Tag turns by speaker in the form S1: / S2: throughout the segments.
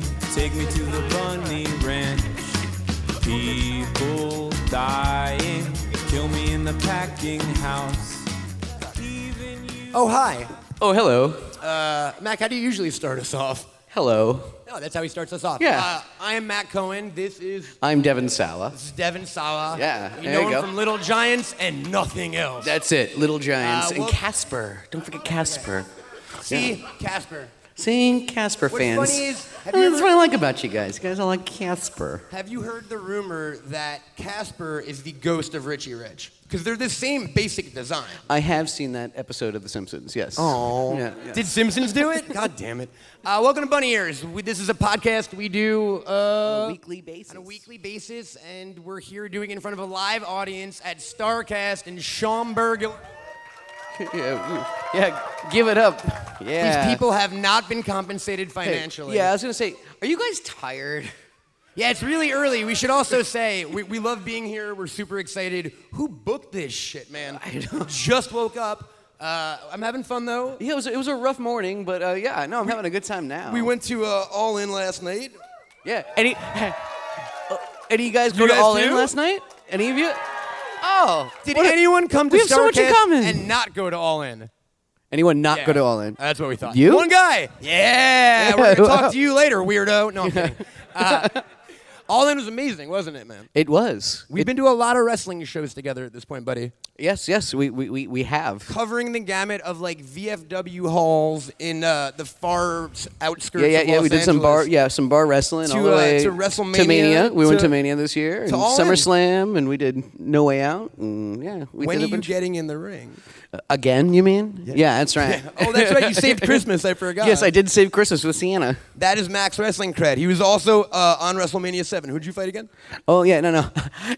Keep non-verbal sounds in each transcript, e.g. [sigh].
S1: me to the bunny ranch. People dying, kill me in the packing house.
S2: Oh, hi. Uh,
S3: Oh, hello.
S2: Mac, how do you usually start us off?
S3: Hello.
S2: No, Oh, that's how he starts us off.
S3: Yeah.
S2: Uh, I am Matt Cohen. This is
S3: I'm Devin Sala.
S2: this is Devin Sawa.
S3: Yeah,
S2: You
S3: there
S2: know
S3: you
S2: him
S3: go.
S2: from Little Giants and nothing else.
S3: That's it, Little Giants.
S2: Uh, well-
S3: and Casper. Don't forget Casper.
S2: See, Casper.
S3: Seeing Casper
S2: What's
S3: fans.
S2: funny is, have
S3: Uh,
S2: you
S3: that's
S2: ever-
S3: what I like about you guys. You guys all like Casper.
S2: Have you heard the rumor that Casper is the ghost of Richie Rich? Because they're the same basic design.
S3: I have seen that episode of The Simpsons, yes.
S2: Oh,
S3: Yeah, yeah.
S2: did Simpsons do it? God damn it! Uh, welcome to Bunny Ears. We, this is a podcast we do uh,
S3: On a weekly basis.
S2: On a weekly basis, and we're here doing it in front of a live audience at Starcast in Schaumburg.
S3: [laughs] yeah, we- yeah, give it up. Yeah.
S2: These people have not been compensated
S3: Hey,
S2: financially.
S3: Yeah, I was going to say, are you guys tired?
S2: Yeah, it's really early. We should also say we, we love being here. We're super excited. Who booked this shit, man?
S3: I know.
S2: Just woke up. Uh, I'm having fun though.
S3: Yeah, it was, it was a rough morning, but uh, yeah, no, I'm having a good time now.
S2: We went to uh, All In last night.
S3: Yeah. Any, uh, any of you guys go
S2: You
S3: to
S2: guys
S3: All In
S2: do?
S3: last night? Any of you? Oh.
S2: Did
S3: what a-
S2: anyone come to
S3: We have so much in
S2: Starcast
S3: common.
S2: and not go to All In?
S3: Anyone not go to All In?
S2: That's what we thought.
S3: You?
S2: One guy. Yeah. We're gonna
S3: wow. [laughs]
S2: talk to you later, weirdo. No, I'm kidding. Uh, All In was amazing, wasn't it, man?
S3: It was.
S2: We've
S3: It-
S2: been to a lot of wrestling shows together at this point, buddy.
S3: Yes, yes, we, we, we, we have.
S2: Covering the gamut of like VFW halls in uh, the far s- outskirts.
S3: Yeah, yeah,
S2: of
S3: yeah.
S2: Los
S3: We did some bar,
S2: Angeles.
S3: yeah, some bar wrestling
S2: To,
S3: all the
S2: uh,
S3: way
S2: to
S3: to
S2: WrestleMania,
S3: Mania. We went
S2: to-
S3: to Mania this year. And
S2: All In.
S3: SummerSlam, and we did No Way Out, and yeah, we
S2: When are
S3: did a
S2: you
S3: bunch.
S2: getting in the ring?
S3: Again, you mean? Yeah, that's right.
S2: [laughs] Oh, that's right.
S3: [laughs]
S2: You saved Christmas. I forgot.
S3: yes, I did save Christmas with Sienna.
S2: That is Max wrestling cred. He was also uh, on WrestleMania Seven. Who'd you fight again?
S3: Oh yeah, no, [laughs] no.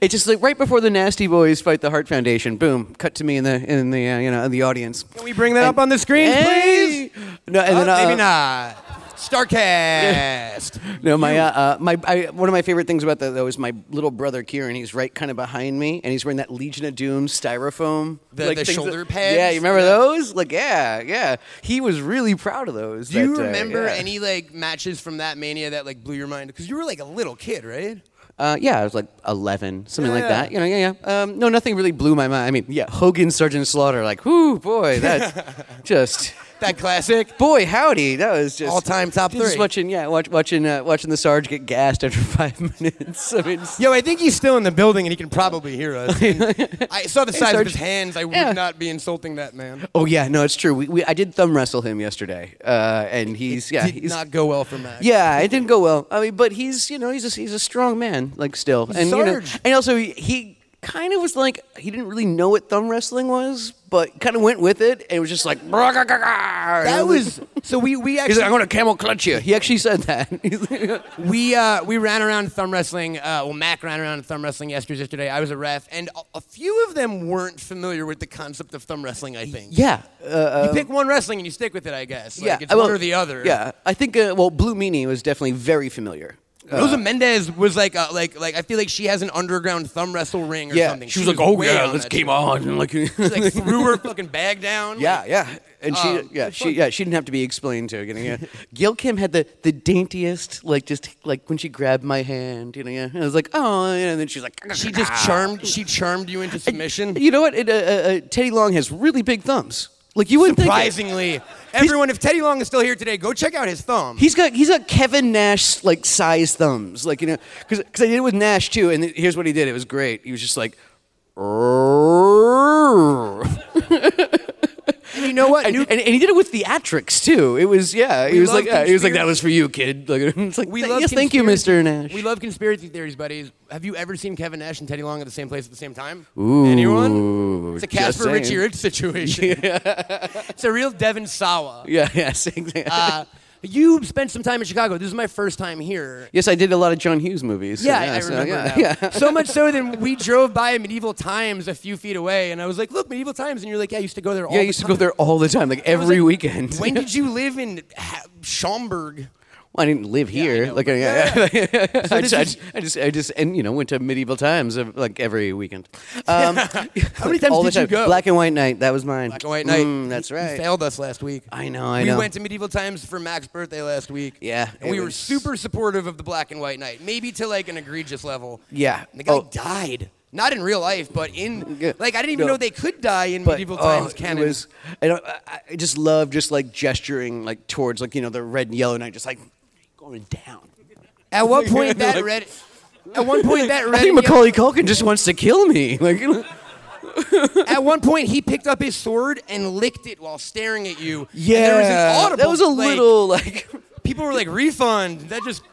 S3: It's just like right before the Nasty Boys fight the Heart Foundation. Boom, cut to me in the in the uh, you know in the audience.
S2: Can we bring that
S3: And-
S2: up on the screen,
S3: Hey!
S2: please?
S3: No, and
S2: Uh,
S3: then, uh,
S2: maybe not.
S3: [laughs]
S2: Starcast.
S3: No, my uh, uh, my I, one of my favorite things about that though is my little brother Kieran. He's right kind of behind me, and he's wearing that Legion of Doom styrofoam,
S2: The- the
S3: things
S2: shoulder
S3: that,
S2: pads?
S3: Yeah, you remember
S2: Yeah.
S3: those? Like, yeah, yeah. He was really proud of those.
S2: Do you
S3: that day,
S2: remember
S3: yeah.
S2: any like matches from that mania that like blew your mind? Because you were like a little kid, right?
S3: Uh, yeah, I was like eleven, something like
S2: Yeah.
S3: that. You know, yeah, yeah. Um, no, nothing really blew my mind. I mean, yeah, Hogan, Sergeant Slaughter, like, whoo,
S2: [laughs]
S3: boy, that's just.
S2: That classic.
S3: Boy, howdy! That was just
S2: All-time top
S3: just
S2: three.
S3: Watching, yeah, watch, watching, uh, watching the Sarge get gassed after [laughs] five minutes. I mean,
S2: Yo, I think he's still in the building and he can probably hear
S3: [laughs]
S2: us. And I saw the size of
S3: Sarge.
S2: his hands. I would
S3: Yeah.
S2: not be insulting that man.
S3: Oh yeah, no, it's true. We, we I did thumb wrestle him yesterday, uh, and he's yeah,
S2: Did
S3: he's
S2: not go well for Max.
S3: yeah, it didn't go well. I mean, but he's you know he's a, he's a strong man like still, and you
S2: Sarge.
S3: know, and also he, he kind of was like he didn't really know what thumb wrestling was, but kind of went with it and was just like that
S2: That was so we we
S3: He's
S2: actually
S3: like, I'm gonna camel clutch you. He actually said that. [laughs] He's like-
S2: we uh, we ran around thumb wrestling. Uh, well, Mac ran around thumb wrestling yesterday. Yesterday, I was a ref, and a, a few of them weren't familiar with the concept of thumb wrestling. I think
S3: yeah, uh,
S2: you pick one wrestling and you stick with it. I guess. Like,
S3: yeah.
S2: it's
S3: well,
S2: one or the other.
S3: Yeah, I think uh, well, Blue Meanie was definitely very familiar.
S2: Rosa Mendez was like, uh, like, like I feel like she has an underground thumb wrestle ring or
S3: yeah,
S2: something.
S3: she was like, oh
S2: way
S3: yeah,
S2: on
S3: let's
S2: that
S3: game
S2: shit.
S3: on. Like,
S2: She
S3: [laughs]
S2: like threw her fucking bag down.
S3: Yeah,
S2: Like,
S3: yeah, and she,
S2: Um,
S3: yeah,
S2: it's
S3: she,
S2: fun.
S3: yeah, she didn't have to be explained to. You
S2: [laughs]
S3: know, yeah. Gil Kim had the the daintiest, like just like when she grabbed my hand, you know, yeah, I was like, oh, you know, and then she's like, "Ah,
S2: she just charmed. She charmed you into [laughs] submission.
S3: You know what? It, uh, uh, uh, Teddy Long has really big thumbs. Like you wouldn't think. it.
S2: Surprisingly, everyone. If Teddy Long is still here today, go check out his thumb.
S3: He's got he's got Kevin Nash like size thumbs, like you know, because I did it with Nash too, and here's what he did. It was great. He was just like.
S2: you know
S3: [laughs]
S2: what?
S3: And, and, and he did it with theatrics too. It was yeah. He was
S2: love
S3: like yeah, he was like that
S2: conspiracy-
S3: was for you, kid. Like [laughs] it's like
S2: We
S3: "Th-
S2: love
S3: yes, thank you, Mr.
S2: conspiracy-
S3: Nash. [laughs]
S2: We love conspiracy theories, buddies. Have you ever seen Kevin Nash and Teddy Long at the same place at the same time? Ooh, Anyone? It's a
S3: just
S2: Casper Richie
S3: saying.
S2: Rich
S3: [laughs]
S2: situation. [laughs] it's a real Devin Sawa.
S3: Yeah, yes, exactly.
S2: Uh, you spent some time in Chicago. This is my first time here.
S3: [laughs] yes, I did a lot of John Hughes movies. so
S2: Yeah, I- I
S3: so,
S2: remember
S3: yeah,
S2: now.
S3: yeah.
S2: So much so that we drove by Medieval Times a few feet away, and I was like, "Look, Medieval Times," and you're like, "Yeah, I used to go there all
S3: Yeah, I
S2: the
S3: used to
S2: time."
S3: go there all the time, like
S2: I was
S3: every
S2: like,
S3: weekend.
S2: When did you live in ha- Schaumburg?
S3: [laughs] Well, I didn't live
S2: I
S3: here.
S2: know,
S3: like,
S2: but-
S3: yeah, [laughs]
S2: this
S3: I, just, I
S2: is-
S3: just, I just, I just, and you know, went to medieval times of like
S2: [laughs]
S3: every weekend. Um,
S2: How many times
S3: all the
S2: did you
S3: time.
S2: go?
S3: Black and white night. That was mine.
S2: Black and white night.
S3: Mm, that's
S2: oh, You-
S3: right.
S2: You failed us last week.
S3: I know. I
S2: we
S3: know.
S2: went to medieval times for Mac's birthday last week.
S3: Yeah,
S2: and
S3: it
S2: we were
S3: was-
S2: super supportive of the black and white night, maybe to like an egregious level.
S3: Yeah.
S2: And the guy
S3: Oh.
S2: died, not in real life, but in
S3: Yeah.
S2: like I didn't even
S3: No.
S2: know they could die in
S3: But,
S2: medieval
S3: oh,
S2: times.
S3: it
S2: Canon.
S3: was- I don't. I, I just love just like gesturing like towards like you know the red and yellow night, just like going down.
S2: At
S3: [laughs]
S2: one point that
S3: Like-
S2: red. At one point that
S3: [laughs] I
S2: red.
S3: think
S2: and yellow-
S3: Macaulay Culkin just wants to kill me. [laughs] Like, you know.
S2: At one point, he picked up his sword and licked it while staring at you. And there was an audible.
S3: That was a
S2: like,
S3: little like.
S2: People were like, "Refund." That just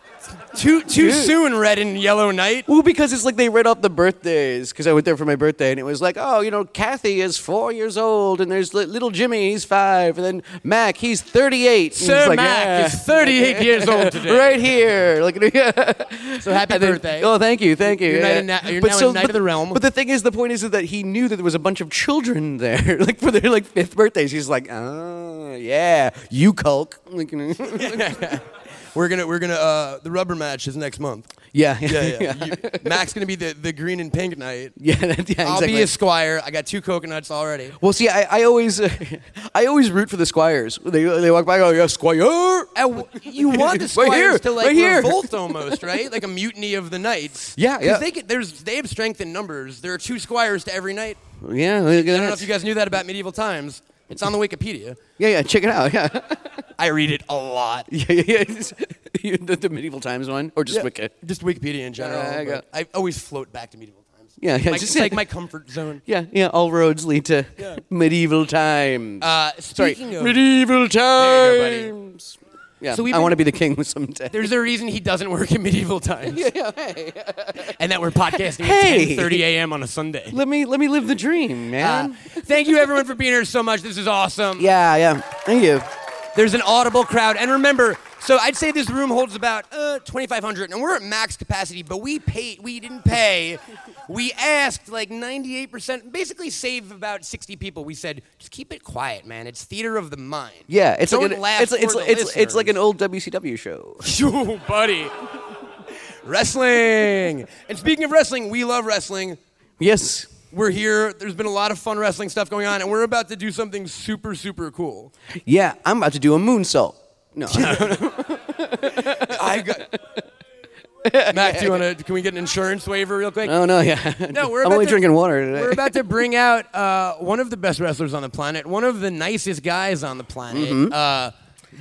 S2: too too
S3: Dude.
S2: soon. Red and yellow night.
S3: [laughs] Well, because it's like they read off the birthdays because I went there for my birthday and it was like, oh, you know, Kathy is four years old and there's li- little Jimmy, he's five, and then Mac, he's 38. and
S2: Sir
S3: it's like,
S2: Mac
S3: yeah.
S2: is 38 years
S3: [laughs]
S2: old [laughs] today.
S3: Right here, like
S2: [laughs] So happy
S3: And then-
S2: birthday.
S3: Oh, thank you, thank you.
S2: You're
S3: yeah.
S2: knighted now- you're now a knight
S3: but,
S2: of the realm.
S3: But the thing is, the point is that he knew that there was a bunch of children there, [laughs] like for their like fifth birthdays. He's like, oh, yeah, you Culk. [laughs] Like, you know.
S2: We're gonna we're gonna uh, the rubber match is next month.
S3: [laughs] yeah,
S2: Yeah, [laughs] yeah. You- Mac's gonna be the, the green and pink knight.
S3: yeah, that- yeah, exactly.
S2: I'll be a squire. I got two coconuts already.
S3: Well, see, I, I always, [laughs] uh, I always root for the squires. They, they walk by, oh yeah, squire.
S2: I Uh, w- [laughs] you want the
S3: Right
S2: squires
S3: here,
S2: to like
S3: right
S2: [laughs]
S3: here.
S2: revolt almost, right? Like a mutiny of the knights.
S3: Yeah,
S2: 'Cause
S3: yeah.
S2: They get, there's they have strength in numbers. There are two squires to every knight.
S3: Yeah, look
S2: I don't know
S3: at
S2: if you
S3: that.
S2: guys knew that about medieval times. It's on the Wikipedia.
S3: Yeah, yeah, check it out. [laughs] Yeah,
S2: I read it a lot.
S3: yeah, yeah. yeah. [laughs] It's- you- the, the medieval times one, or just Wicca.
S2: Just Wikipedia in general.
S3: Yeah, I
S2: but
S3: got-
S2: I always float back to medieval times.
S3: Yeah, yeah,
S2: Like,
S3: just-
S2: it's like my comfort zone.
S3: Yeah, yeah. All roads lead to [laughs] medieval times.
S2: Uh,
S3: Sorry,
S2: speaking of,
S3: medieval
S2: There you go,
S3: times. Yeah,
S2: So we've
S3: I
S2: been-
S3: want to be the king [laughs] someday.
S2: there's a reason he doesn't work in medieval
S3: [laughs]
S2: times. [laughs] and that we're podcasting
S3: Hey.
S2: at 10:30 a.m. on a Sunday.
S3: Let me let me live the dream,
S2: Uh,
S3: man. [laughs]
S2: thank you everyone for being here so much. This is awesome.
S3: yeah, yeah. Thank you.
S2: There's an audible crowd. And remember, so I'd say this room holds about uh, 2,500, and we're at max capacity, but we paid, we didn't pay. We asked like 98%, basically save about 60 people. We said, just keep it quiet, man. It's theater of the mind.
S3: Yeah, it's
S2: Don't
S3: like an,
S2: laugh
S3: it's, it's,
S2: for the
S3: it's, it's like an
S2: listeners.
S3: old WCW show.
S2: [laughs] Yo, buddy. wrestling. And speaking of wrestling, we love wrestling.
S3: Yes.
S2: We're here. There's been a lot of fun wrestling stuff going on, and we're about to do something super, super cool.
S3: [laughs] Yeah, I'm about to do a moonsault.
S2: [laughs]
S3: No.
S2: I got. Mac, do you want to? Can we get an insurance waiver real quick?
S3: Oh no, yeah.
S2: No, we're
S3: I'm
S2: about
S3: only
S2: to-
S3: drinking water today.
S2: We're about
S3: [laughs]
S2: to bring out uh, one of the best wrestlers on the planet, one of the nicest guys on the planet,
S3: Mm-hmm.
S2: uh,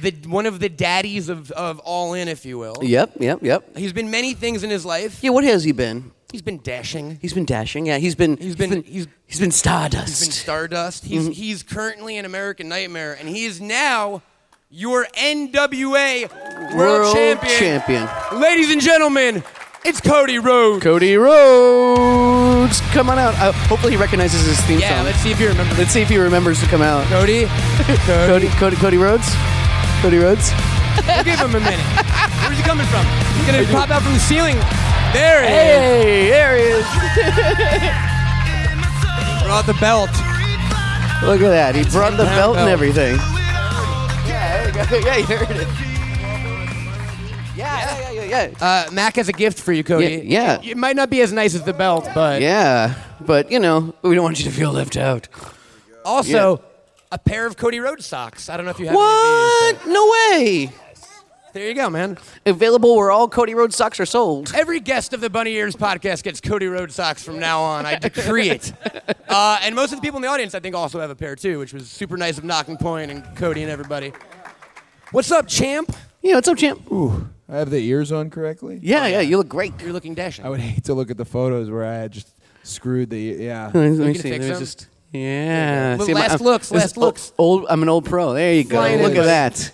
S2: the one of the daddies of, of All In, if you will.
S3: Yep, yep, yep.
S2: He's been many things in his life.
S3: Yeah, what has he been?
S2: He's been dashing.
S3: He's been dashing. Yeah, he's been.
S2: He's been- he's-
S3: he's been stardust.
S2: He's been Stardust. He's
S3: Mm-hmm.
S2: he's currently an American Nightmare, and he is now your NWA World,
S3: champion.
S2: Ladies and gentlemen, it's Cody Rhodes.
S3: Cody Rhodes, come on out. Uh, hopefully, he recognizes his theme
S2: yeah,
S3: song.
S2: let's see if you remember.
S3: Let's see if he remembers to come out.
S2: Cody, Cody,
S3: [laughs] Cody, Cody, Cody Rhodes, Cody Rhodes.
S2: we'll give him a minute. Where's he coming from? He's gonna pop out from the ceiling. There he is.
S3: Hey, there he is.
S2: Brought the belt.
S3: Look at that. He brought the
S2: Ten-pound
S3: belt and
S2: belt.
S3: everything. Yeah, [laughs] there you go. Yeah, you heard it. Yeah, yeah, yeah, yeah. yeah.
S2: Uh, Mac has a gift for you, Cody.
S3: Yeah, yeah.
S2: It, it might not be as nice as the belt, but
S3: Yeah, but you know, we don't want you to feel left out.
S2: also a pair of Cody Rhodes socks. I don't know if you have any of these.
S3: What? No way!
S2: but- There you go, man.
S3: Available where all Cody Rhodes socks are sold.
S2: Every guest of the Bunny Ears podcast gets Cody Rhodes socks from now on. I decree it. Uh, and most of the people in the audience, I think, also have a pair too, which was super nice of Knocking Point and Cody and everybody. What's up, champ?
S3: Yeah, what's up, champ?
S4: I have the ears on correctly.
S3: Oh, Yeah, yeah, you look great.
S2: You're looking dashing.
S4: I would [laughs] hate to look at the photos where I had just screwed the e-, yeah.
S3: Let [laughs]
S2: can
S3: me see.
S2: fix
S3: Let me
S2: them.
S3: just. Yeah.
S2: Well,
S3: See, my-
S2: last
S3: I'm-
S2: looks,
S3: this
S2: last
S3: o-
S2: looks.
S3: Old, I'm an old pro. There you go.
S2: Flying
S3: Look
S2: in,
S3: at
S2: buddy.
S3: that.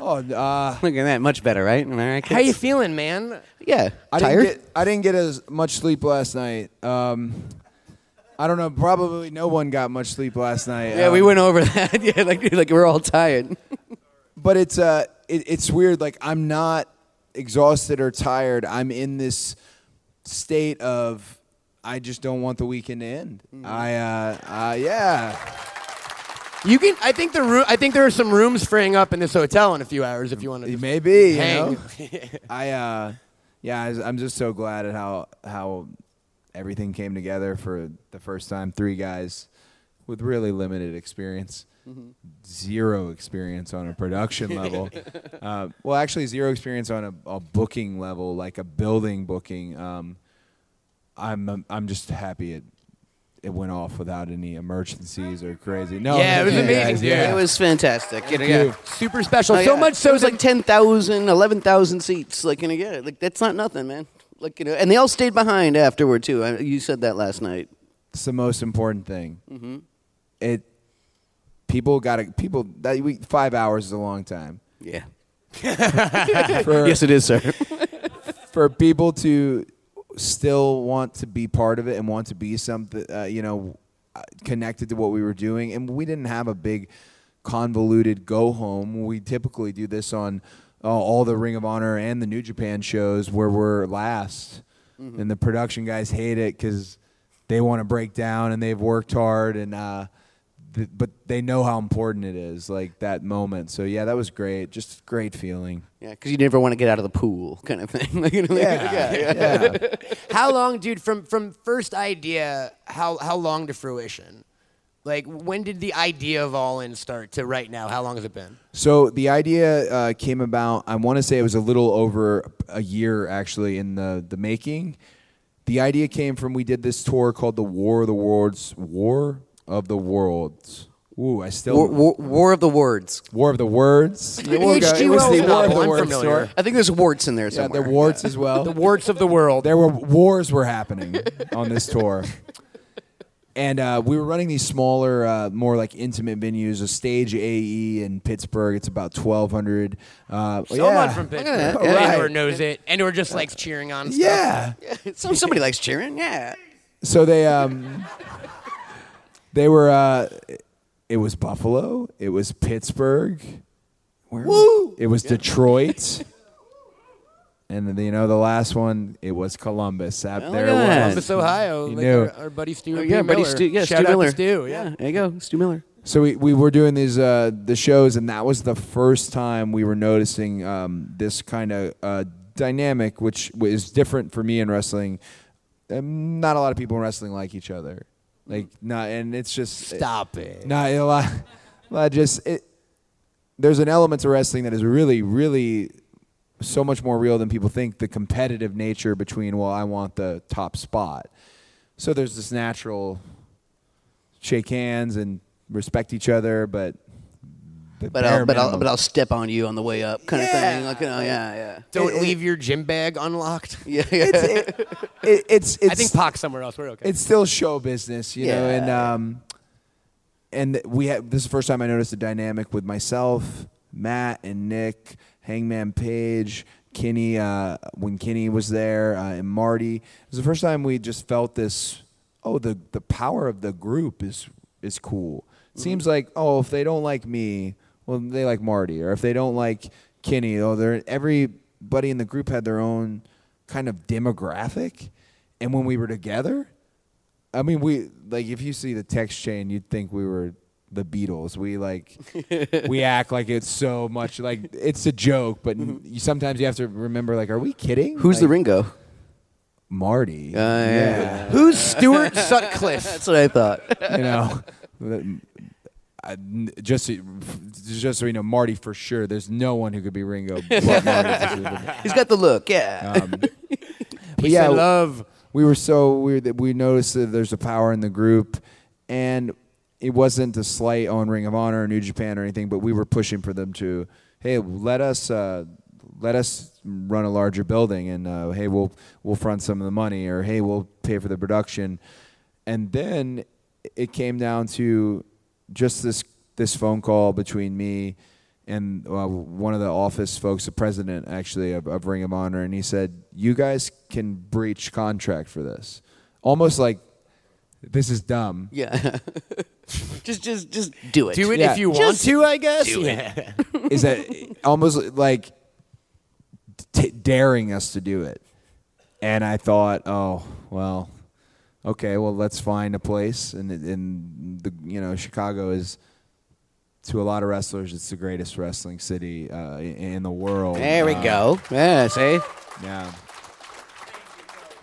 S4: Oh, uh,
S3: Look at that. Much better, right? Am I right,
S2: How you
S3: kids?
S2: feeling, man?
S3: Yeah.
S4: I
S3: Tired?
S4: Didn't get, I didn't get as much sleep last night. Um, I don't know. Probably no one got much sleep last night.
S3: yeah,
S4: um,
S3: we went over [laughs] that. yeah, like like we're all tired.
S4: But it's uh, it, it's weird. Like I'm not exhausted or tired. I'm in this state of
S3: Mm.
S4: I just don't want the weekend to end. I uh, uh, yeah.
S2: You can. I think the room. I think there are some rooms freeing up in this hotel in a few hours if you want to.
S4: It may be. You
S2: Hang.
S4: know? I uh, yeah, I, I'm just so glad at how how everything came together for the first time. Three guys with really limited experience, zero experience on a production level. Uh, well, actually, zero experience on a, a booking level, like a building booking. Um, I'm I'm just happy it it went off without any emergencies or crazy. No,
S2: Yeah, it was
S4: thank you
S2: amazing,
S4: guys,
S2: dude.
S4: yeah.
S3: It was fantastic. You know,
S4: you.
S3: yeah.
S2: Super special.
S3: Oh,
S2: so
S3: yeah.
S2: much so
S3: It was
S2: that-
S3: [laughs] like 10,000, 11,000 seats. Like, you know, yeah, like that's not nothing, man. Like, you know, and they all stayed behind afterward too. I, you said that last night.
S4: It's the most important thing. Mm-hmm. It people got to people that we five hours is a long time
S3: Yeah. [laughs]
S4: for
S3: Yes, it is, sir.
S4: [laughs] for people to still want to be part of it and want to be something, uh, you know, uh, connected to what we were doing. And we didn't have a big convoluted go home. We typically do this on uh, all the Ring of Honor and the New Japan shows where we're last,
S3: Mm-hmm.
S4: and the production guys hate it because they want to break down and they've worked hard and. Uh, th- but they know how important it is, like that moment. So yeah, that was great. Just great feeling.
S3: yeah, because you never want to get out of the pool, kind of thing. [laughs] Like, you know, like, yeah, yeah.
S4: [laughs] yeah.
S2: how long, dude? From from first idea, how how long to fruition? Like when did the idea of All In start to right now? How long has it been?
S4: So the idea uh, came about. I want to say it was a little over a year actually in the the making. The idea came from we did this tour called the War of the Worlds, War of the Worlds. Ooh, I still
S3: War, war, war of the words.
S4: War of the Words. There we go. It was
S2: H.G.
S4: the
S2: Wells
S4: War of
S2: novel,
S4: the
S2: I'm
S4: Words
S2: familiar.
S4: tour.
S3: I think there's warts in there
S4: Yeah, the
S3: somewhere.
S4: warts as well.
S2: The warts of the world.
S4: There were wars were happening on this tour. And uh, we were running these smaller, uh, more like intimate venues, a stage AE in Pittsburgh. It's about 1,200. Uh,
S2: Someone
S4: yeah.
S2: from Pittsburgh
S3: that.
S2: and
S4: Right.
S2: or knows it and or just likes cheering on. Stuff.
S4: Yeah.
S3: So somebody likes cheering. Yeah.
S4: So they um they were uh it was Buffalo, it was Pittsburgh, where
S3: Woo!
S4: it was Detroit. And then, you know the last one, it was Columbus. Out
S3: Well,
S4: there
S3: look at
S4: it
S3: that.
S4: was.
S2: Columbus, Ohio.
S4: You
S2: like
S4: knew.
S2: our, our buddy Stu.
S3: yeah,
S2: P.
S3: buddy
S2: Miller.
S3: Stu. Yeah,
S2: Shout
S3: Stu
S2: out
S3: Miller.
S2: to Stu. Yeah.
S3: There you go, Stu Miller.
S4: So we, we were doing these uh, the shows, and that was the first time we were noticing um, this kind of uh, dynamic, which is different for me in wrestling. Um, not a lot of people in wrestling like each other, like not, and it's just
S2: Stop it.
S4: No, a [laughs] lot, a lot just it, there's an element to wrestling that is really, really so much more real than people think. The competitive nature between, well, I want the top spot. So there's this natural shake hands and respect each other, but the
S3: But
S4: bare
S3: I'll, but I'll
S4: minimum.
S3: but I'll step on you on the way up, kind of thing. Like, you know, yeah, [laughs]
S2: Don't leave your gym bag unlocked.
S3: yeah, yeah, yeah.
S4: It's- it- it- it's
S3: [laughs]
S4: it's
S2: I think Pac's somewhere else. We're okay.
S4: it's still show business, you know,
S3: Yeah.
S4: and um, and we had this is the first time I noticed a dynamic with myself, Matt, and Nick, Hangman Page, Kenny, uh, when Kenny was there, uh, and Marty. It was the first time we just felt this. Oh, the the power of the group is is cool. It seems like oh, if they don't like me, well, they like Marty, or if they don't like Kenny, oh, they're everybody in the group had their own kind of demographic, and when we were together, I mean, we like if you see the text chain, you'd think we were the Beatles. We like we act like it's so much like it's a joke, but n you, sometimes you have to remember like, are we
S3: [laughs]
S4: kidding?
S3: Who's the
S4: Like,
S3: Ringo?
S4: Marty?
S3: yeah.
S2: Who's Stuart Sutcliffe?
S3: [laughs] That's what I thought.
S4: you know. the- I- n- just so, you- just so you know, Marty for sure. There's no one who could be Ringo. But Marty.
S3: He's got the look. Yeah.
S4: But
S2: Peace
S4: yeah,
S2: and love.
S4: we were so weird that we noticed that there's a power in the group, and it wasn't a slight on Ring of Honor or New Japan or anything, but we were pushing for them to, hey, let us uh, let us run a larger building, and uh, hey, we'll we'll front some of the money, or hey, we'll pay for the production, and then it came down to just this this phone call between me and uh, one of the office folks, the president actually of, of Ring of Honor, and he said, "You guys can breach contract for this." Almost like this is dumb.
S3: Yeah. [laughs] just just just do it.
S2: Do it
S4: Yeah.
S2: if you want
S3: Just
S2: to, I guess.
S3: do
S2: yeah.
S4: [laughs] is that almost like t- daring us to do it? And I thought, oh well, okay, well let's find a place, and and the you know Chicago is to a lot of wrestlers, it's the greatest wrestling city uh, in, in the world.
S3: There we
S4: Uh,
S3: go. Yeah, see?
S4: Yeah.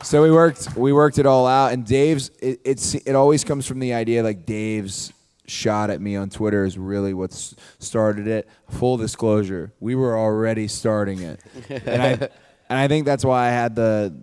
S4: So we worked we worked it all out, and Dave's it, it's it always comes from the idea like Dave's shot at me on Twitter is really what s- started it. Full disclosure, we were already starting it, and I and I think that's why I had the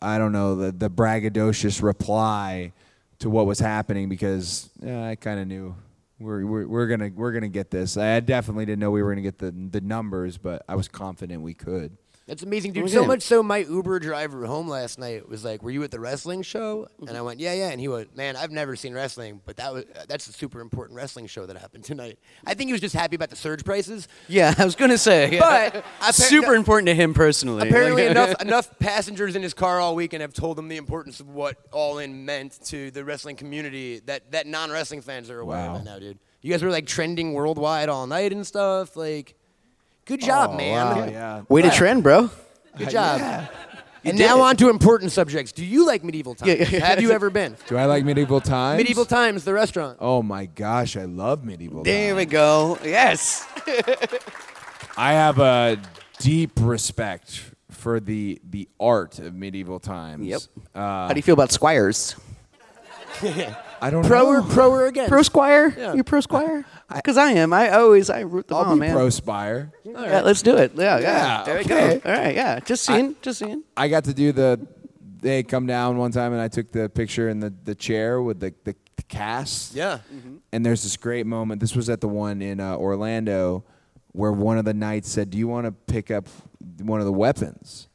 S4: I don't know the the braggadocious reply to what was happening because yeah, I kind of knew. We're, we're, we're gonna we're gonna get this. I definitely didn't know we were gonna get the the numbers, but I was confident we could.
S2: [laughs] That's amazing, dude.
S3: Okay.
S2: So much so, my Uber driver home last night was like, "Were you at the wrestling show?" And I went, "Yeah, yeah." And he went, "Man, I've never seen wrestling, but that was that's a super important wrestling show that happened tonight." I think he was just happy about the surge prices.
S3: Yeah, I was going to say.
S2: But-
S3: [laughs] super important to him personally.
S2: Apparently, [laughs]
S3: Like- [laughs]
S2: enough enough passengers in his car all weekend have told him the importance of what all in meant to the wrestling community that that non wrestling fans are aware
S4: Wow.
S2: of it now, dude. You guys were like trending worldwide all night and stuff. Like, good job, man.
S4: wow, yeah.
S3: Way to trend, bro.
S2: Good job. And
S3: did
S2: now
S3: it.
S2: on to important subjects. Do you like medieval times?
S3: Yeah, yeah.
S2: Have you ever been?
S4: Do I like medieval times?
S2: Medieval times, the restaurant.
S4: Oh my gosh, I love medieval
S3: There we
S4: times.
S3: go. Yes.
S4: I have a deep respect for the the art of medieval times.
S3: Yep.
S4: Uh,
S3: How do you feel about squires?
S4: I don't
S2: Pro
S3: Oh.
S2: or
S4: know.
S2: pro or against?
S3: Pro squire?
S2: Yeah.
S3: You pro squire? Because I am. I always I root them
S4: I'll
S2: Oh,
S3: on,
S4: be
S3: man.
S4: pro spire.
S3: Yeah, let's do it. Yeah, yeah.
S4: Yeah,
S3: there we
S4: okay.
S3: go. All right, yeah. Just seeing, just seeing.
S4: I got to do the. They come down one time, and I took the picture in the, the chair with the the, the cast.
S2: Yeah. Mm-hmm.
S4: And there's this great moment. This was at the one in uh, Orlando, where one of the knights said, "Do you want to pick up one of the weapons?"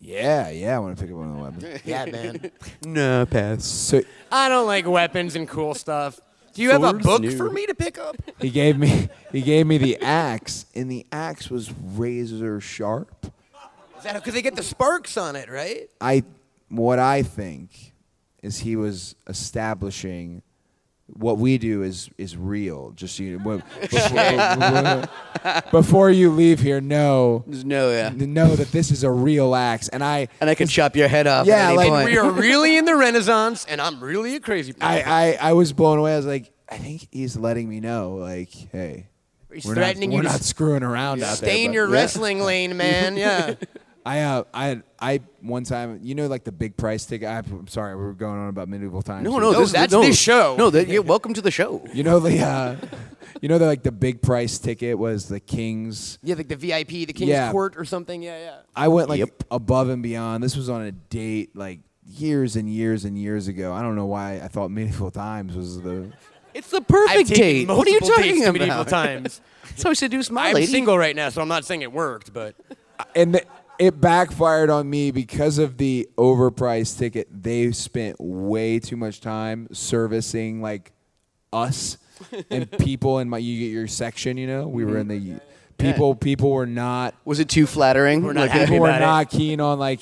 S4: Yeah, yeah, I want to pick up one of the weapons.
S2: Yeah, man.
S3: No pass.
S4: so
S2: I don't like weapons and cool stuff. Do you have a
S3: Swords?
S2: book
S3: No.
S2: for me to pick up?
S4: he gave me [laughs] he gave me the axe, and the axe was razor sharp.
S2: Is that because they get the sparks on it, right?
S4: I what I think is he was establishing what we do is is real. Just so
S3: [laughs]
S4: you know, before, before you leave here, know
S3: There's no, yeah.
S4: know that this is a real axe, and I
S3: And I can chop your head off. at
S4: Yeah,
S3: any
S4: like-
S3: point.
S2: We are really in the Renaissance, and I'm really a crazy person.
S4: I, I I was blown away. I was like, I think he's letting me know, like, hey,
S2: He's
S4: we're
S2: threatening
S4: not,
S2: you
S4: we're
S2: to
S4: not
S2: s-
S4: screwing around out there.
S2: Stain
S4: but-
S2: your
S4: Yeah.
S2: wrestling lane, man. [laughs] Yeah.
S4: I uh, I I one time, you know, like the big price ticket. I, I'm sorry, we were going on about medieval times.
S3: No, no,
S2: No,
S3: this,
S2: that's
S3: no,
S2: this show.
S3: No, that, yeah, welcome to the [laughs] show.
S4: You know the, uh, [laughs] you know the like the big price ticket was the king's.
S2: yeah, like the VIP, the King's
S4: Yeah.
S2: Court or something. Yeah, yeah.
S4: I went like
S3: Yep.
S4: above and beyond. This was on a date like years and years and years ago. I don't know why I thought medieval times was the.
S3: It's the perfect
S2: I've
S3: date.
S2: taken
S3: What are you
S2: multiple dates
S3: talking
S2: to
S3: about?
S2: medieval [laughs] times.
S3: That's how I seduced my
S2: I'm
S3: lady.
S2: single right now, so I'm not saying it worked, but
S4: And the, it backfired on me because of the overpriced ticket. They spent way too much time servicing like us
S2: [laughs]
S4: and people in my you get your section. You know, we were in the people. People were not
S3: Was it too flattering? We're
S2: Mm-hmm. not happy
S3: [laughs]
S4: people were
S2: about it.
S4: not keen on like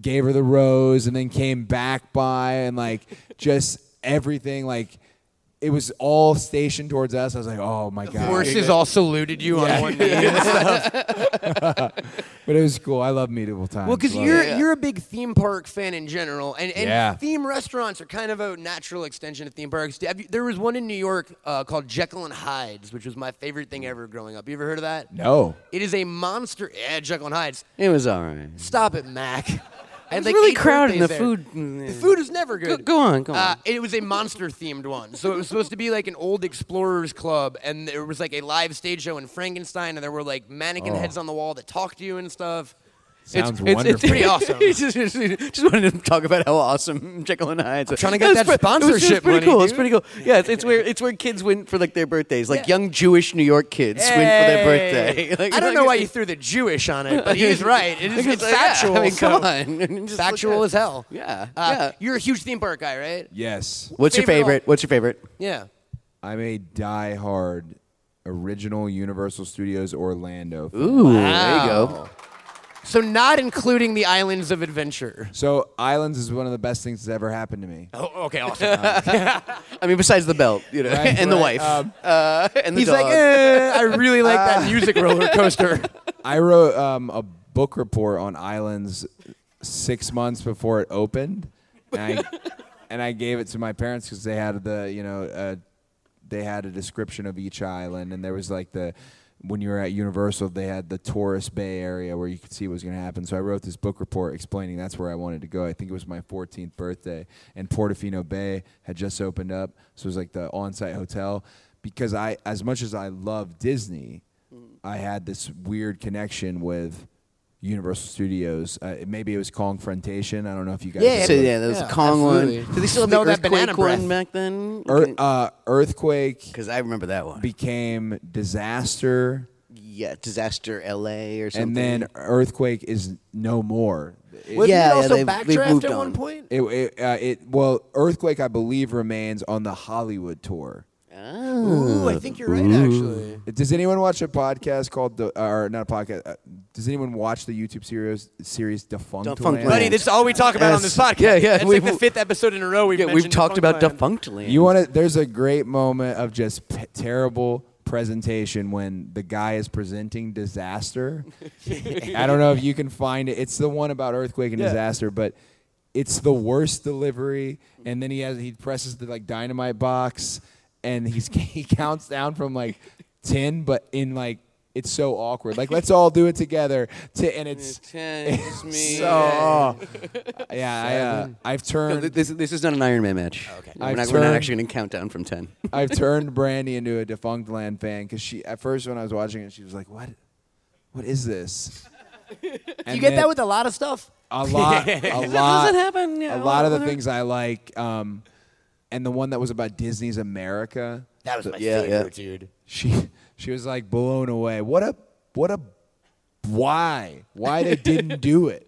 S4: gave her the rose and then came back by and like just everything like it was all stationed towards us. I was like, oh my god,
S2: horses all saluted you on one knee.
S4: but it was cool. I love medieval
S2: [laughs]
S4: times.
S2: Well, because
S4: Love
S2: you're
S4: it.
S2: you're a big theme park fan in general, and, and
S4: Yeah.
S2: theme restaurants are kind of a natural extension of theme parks. Have you- there was one in New York uh, called Jekyll and Hyde's, which was my favorite thing ever growing up. You ever heard of that?
S4: no.
S2: It is a monster. Yeah, Jekyll and Hyde's.
S3: It was all right.
S2: Stop it,
S3: [laughs]
S2: Mac. I had,
S3: It's really
S2: eight
S3: crowded and the
S2: birthdays
S3: food-
S2: there. The food is never
S3: Go-
S2: good.
S3: go on, go
S2: Uh,
S3: on.
S2: it was a monster themed one. So it was supposed to be like an old explorers club, and there was like a live stage show in Frankenstein, and there were like mannequin
S4: Oh.
S2: heads on the wall that talked to you and stuff.
S4: Sounds wonderful.
S2: pretty awesome.
S3: He [laughs] just, just, just wanted to talk about how awesome Jekyll and Hyde.
S2: trying to get that sponsorship
S3: pretty
S2: money,
S3: cool. It's
S2: dude.
S3: pretty cool. Yeah, it's, it's where it's where kids win for like their birthdays. Like young Jewish New York kids win for
S2: Hey.
S3: their birthday. [laughs] Like-
S2: I don't
S3: like-
S2: know why you threw the Jewish on it, but
S3: [laughs]
S2: he's right. It is,
S3: Like,
S2: it's
S3: like, yeah,
S2: factual.
S3: I mean, come
S2: so- [laughs]
S3: on. Just look
S2: Factual
S3: at-
S2: as hell.
S3: Yeah,
S2: Uh,
S3: yeah.
S2: You're a huge theme park guy, right?
S4: Yes,
S3: What's your
S2: favorite-
S3: favorite? What's your favorite?
S2: Yeah.
S4: I'm a diehard original Universal Studios Orlando. fan.
S3: Ooh, there you go.
S2: So not including the Islands of Adventure.
S4: So Islands is one of the best things that's ever happened to me.
S2: Oh, okay, awesome.
S3: I mean, besides the belt, you know, [laughs]
S4: Right,
S3: and the
S4: right,
S3: wife,
S4: um,
S3: uh, and the
S2: He's
S3: dog.
S2: like, eh, [laughs] I really like that music roller [laughs] coaster.
S4: I wrote um, a book report on Islands six months before it
S3: [laughs]
S4: opened, and I, and I gave it to my parents because they had the you know uh, they had a description of each island, and there was like the when you were at Universal, they had the tourist bay area where you could see what was going to happen. So I wrote this book report explaining that's where I wanted to go. I think it was my 14th birthday, and Portofino Bay had just opened up, so it was like the on-site hotel. Because I, as much as I love Disney,
S3: Mm.
S4: I had this weird connection with Universal Studios. Uh, maybe it was Confrontation. I don't know if you guys.
S3: Yeah, so,
S4: remember.
S3: yeah, that was a Kong one.
S2: absolutely.
S3: Did they still have
S2: Smell
S3: the
S2: that banana
S3: earthquake one
S2: breath.
S3: back then?
S4: Ear- uh, earthquake
S3: Because I remember that one.
S4: became disaster,
S3: yeah, Disaster LA or something.
S4: and then earthquake is no more. It,
S3: Well, Yeah,
S2: yeah,
S3: yeah,
S2: also
S3: they've-
S2: backdraft
S3: they've moved
S2: at
S3: on.
S2: one point?
S4: it, it, uh, it well, earthquake I believe remains on the Hollywood tour.
S2: Ooh, I think you're right, actually.
S4: Does anyone watch a podcast called the or not a podcast? Uh, does anyone watch the YouTube series series Defunct?
S3: Defunct Land.
S2: Buddy, this is all we talk about on this
S3: Yes.
S2: podcast.
S3: Yeah, yeah,
S2: That's
S3: we've-
S2: like the fifth episode in a row we've
S3: yeah, we've
S2: mentioned
S3: talked
S2: Defunct
S3: about
S2: Land.
S3: defunct land.
S4: You want to? There's a great moment of just p- terrible presentation when the guy is presenting disaster.
S3: [laughs]
S4: I don't know if you can find it. It's the one about earthquake and disaster, but it's the worst delivery. And then he has he presses the like dynamite box, and he's [laughs] he counts down from like ten, but in like. It's so awkward. Like, let's all do it together. To, and it's,
S3: It's [laughs] me.
S4: so. oh. yeah, I, uh, I've turned.
S3: No, th- this, this is not an Iron Man match. Okay. We're
S4: I've
S3: not, we're not
S4: turned-
S3: actually going to count down from 10.
S4: I've turned Brandy into a defunct land fan because she at first when I was watching it, she was like, "What? What is this?" And
S2: You get
S4: then
S2: that with a lot of stuff.
S4: a lot, a lot,
S3: doesn't happen, yeah,
S4: a lot of the things I like, um, and the one that was about Disney's America,
S2: That was my
S3: Yeah, yeah.
S2: favorite, dude.
S4: she she was like blown away. What a what a why why they didn't do it?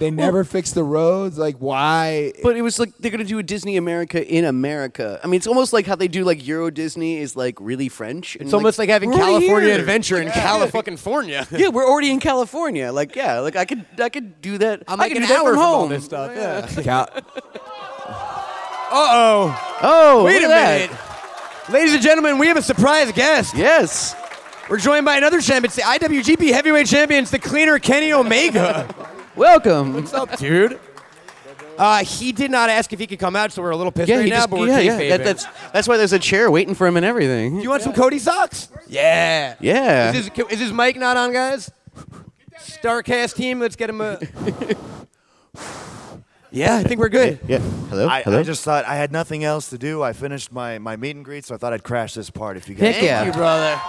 S4: They never fixed the roads. Like why?
S3: But it was like they're going to do a Disney America in America. I mean, it's almost like how they do like Euro Disney is like really French. and,
S2: It's almost like having
S3: we're already
S2: California
S3: here.
S2: Adventure in [laughs] California.
S3: Yeah, we're already in California. Like, yeah, like I could, I could do that.
S2: I'm
S3: I could
S2: like an
S3: do that
S2: hour
S3: from
S2: from all
S3: home.
S2: this stuff, yeah.
S4: Cal-
S2: Uh-oh.
S3: Oh,
S2: Wait
S3: look
S2: a
S3: at that.
S2: minute. Ladies and gentlemen, we have a surprise guest.
S3: Yes.
S2: We're joined by another champ. It's the IWGP Heavyweight Champions, the cleaner Kenny Omega.
S3: Welcome.
S2: What's up, dude? Uh, he did not ask if he could come out, so we're a little pissed
S3: Yeah,
S2: right
S3: he
S2: now,
S3: just,
S2: but we're
S3: yeah, yeah.
S2: kayfabing.
S3: That, that's that's why there's a chair waiting for him and everything.
S2: you want some Cody socks? Yeah.
S3: yeah.
S2: Is his, is his mic not on, guys? Starcast team, let's get him a. yeah, I think we're good.
S3: yeah. Hello.
S5: I,
S3: Hello.
S5: I just thought I had nothing else to do. I finished my, my meet and greet, so I thought I'd crash this part if you guys.
S3: Heck yeah.
S2: Thank you, brother.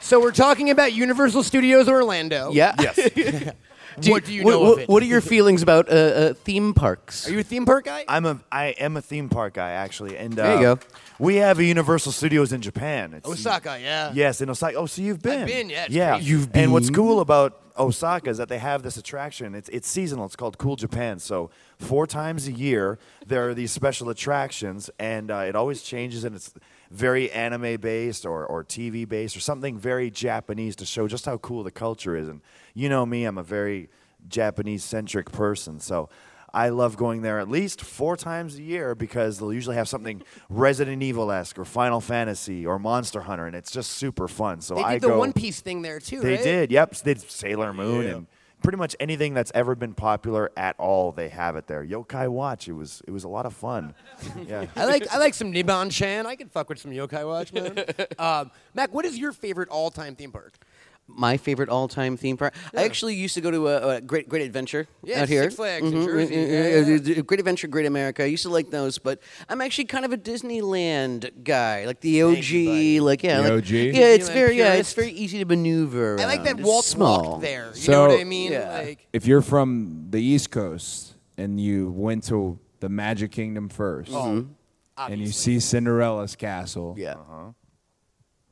S2: so we're talking about Universal Studios Orlando.
S3: yeah.
S5: Yes.
S3: [laughs]
S2: what do you
S3: What,
S2: know
S3: what,
S2: of it?
S3: what are your feelings about uh, uh, theme parks?
S2: Are you a theme park guy?
S5: I'm a I am a theme park guy actually, and uh,
S3: There you go.
S5: We have a Universal Studios in Japan. It's-
S2: Osaka, Oh, yeah.
S5: Yes, in Osaka. Oh, so you've been?
S2: been, yeah, it's
S5: yeah.
S2: crazy.
S5: You've been. And what's cool about Osaka is that they have this attraction. It's it's seasonal. It's called Cool Japan. So four times a year there are these special attractions, and uh, it always changes, and it's very anime based or, or TV based or something very Japanese to show just how cool the culture is. And you know me, I'm a very Japanese centric person, so. I love going there at least four times a year because they'll usually have something Resident Evil esque or Final Fantasy or Monster Hunter, and it's just super fun. So
S2: They did
S5: I
S2: the
S5: go.
S2: One Piece thing there too,
S5: They
S2: right?
S5: did. Yep. They did Sailor Moon and pretty much anything that's ever been popular at all. They have it there. Yokai Watch. It was. It was a lot of
S3: [laughs]
S5: fun. yeah.
S2: I like I like some Nibbon Chan. I could fuck with some Yokai Watch, man. um, Mac, what is your favorite all time theme park?
S3: my favorite all-time theme park. I actually used to go to a, a Great Great Adventure
S2: Yeah,
S3: out here.
S2: Six Flags in Jersey.
S3: uh,
S2: Yeah,
S3: uh,
S2: yeah,
S3: uh, Great Adventure, Great America. I used to like those, but I'm actually kind of a Disneyland guy, like the OG, like yeah,
S4: The
S3: like,
S4: OG?
S3: Yeah, it's
S2: Disneyland
S3: very yeah,
S2: purist.
S3: it's very easy to maneuver.
S2: I like
S3: around.
S2: that
S3: It's
S2: Walt
S3: Um, small.
S2: walked there. You
S4: So-
S2: know what I mean?
S3: Yeah.
S2: Like
S4: if you're from the East Coast and you went to the Magic Kingdom 1st and you see Cinderella's castle,
S3: Yeah.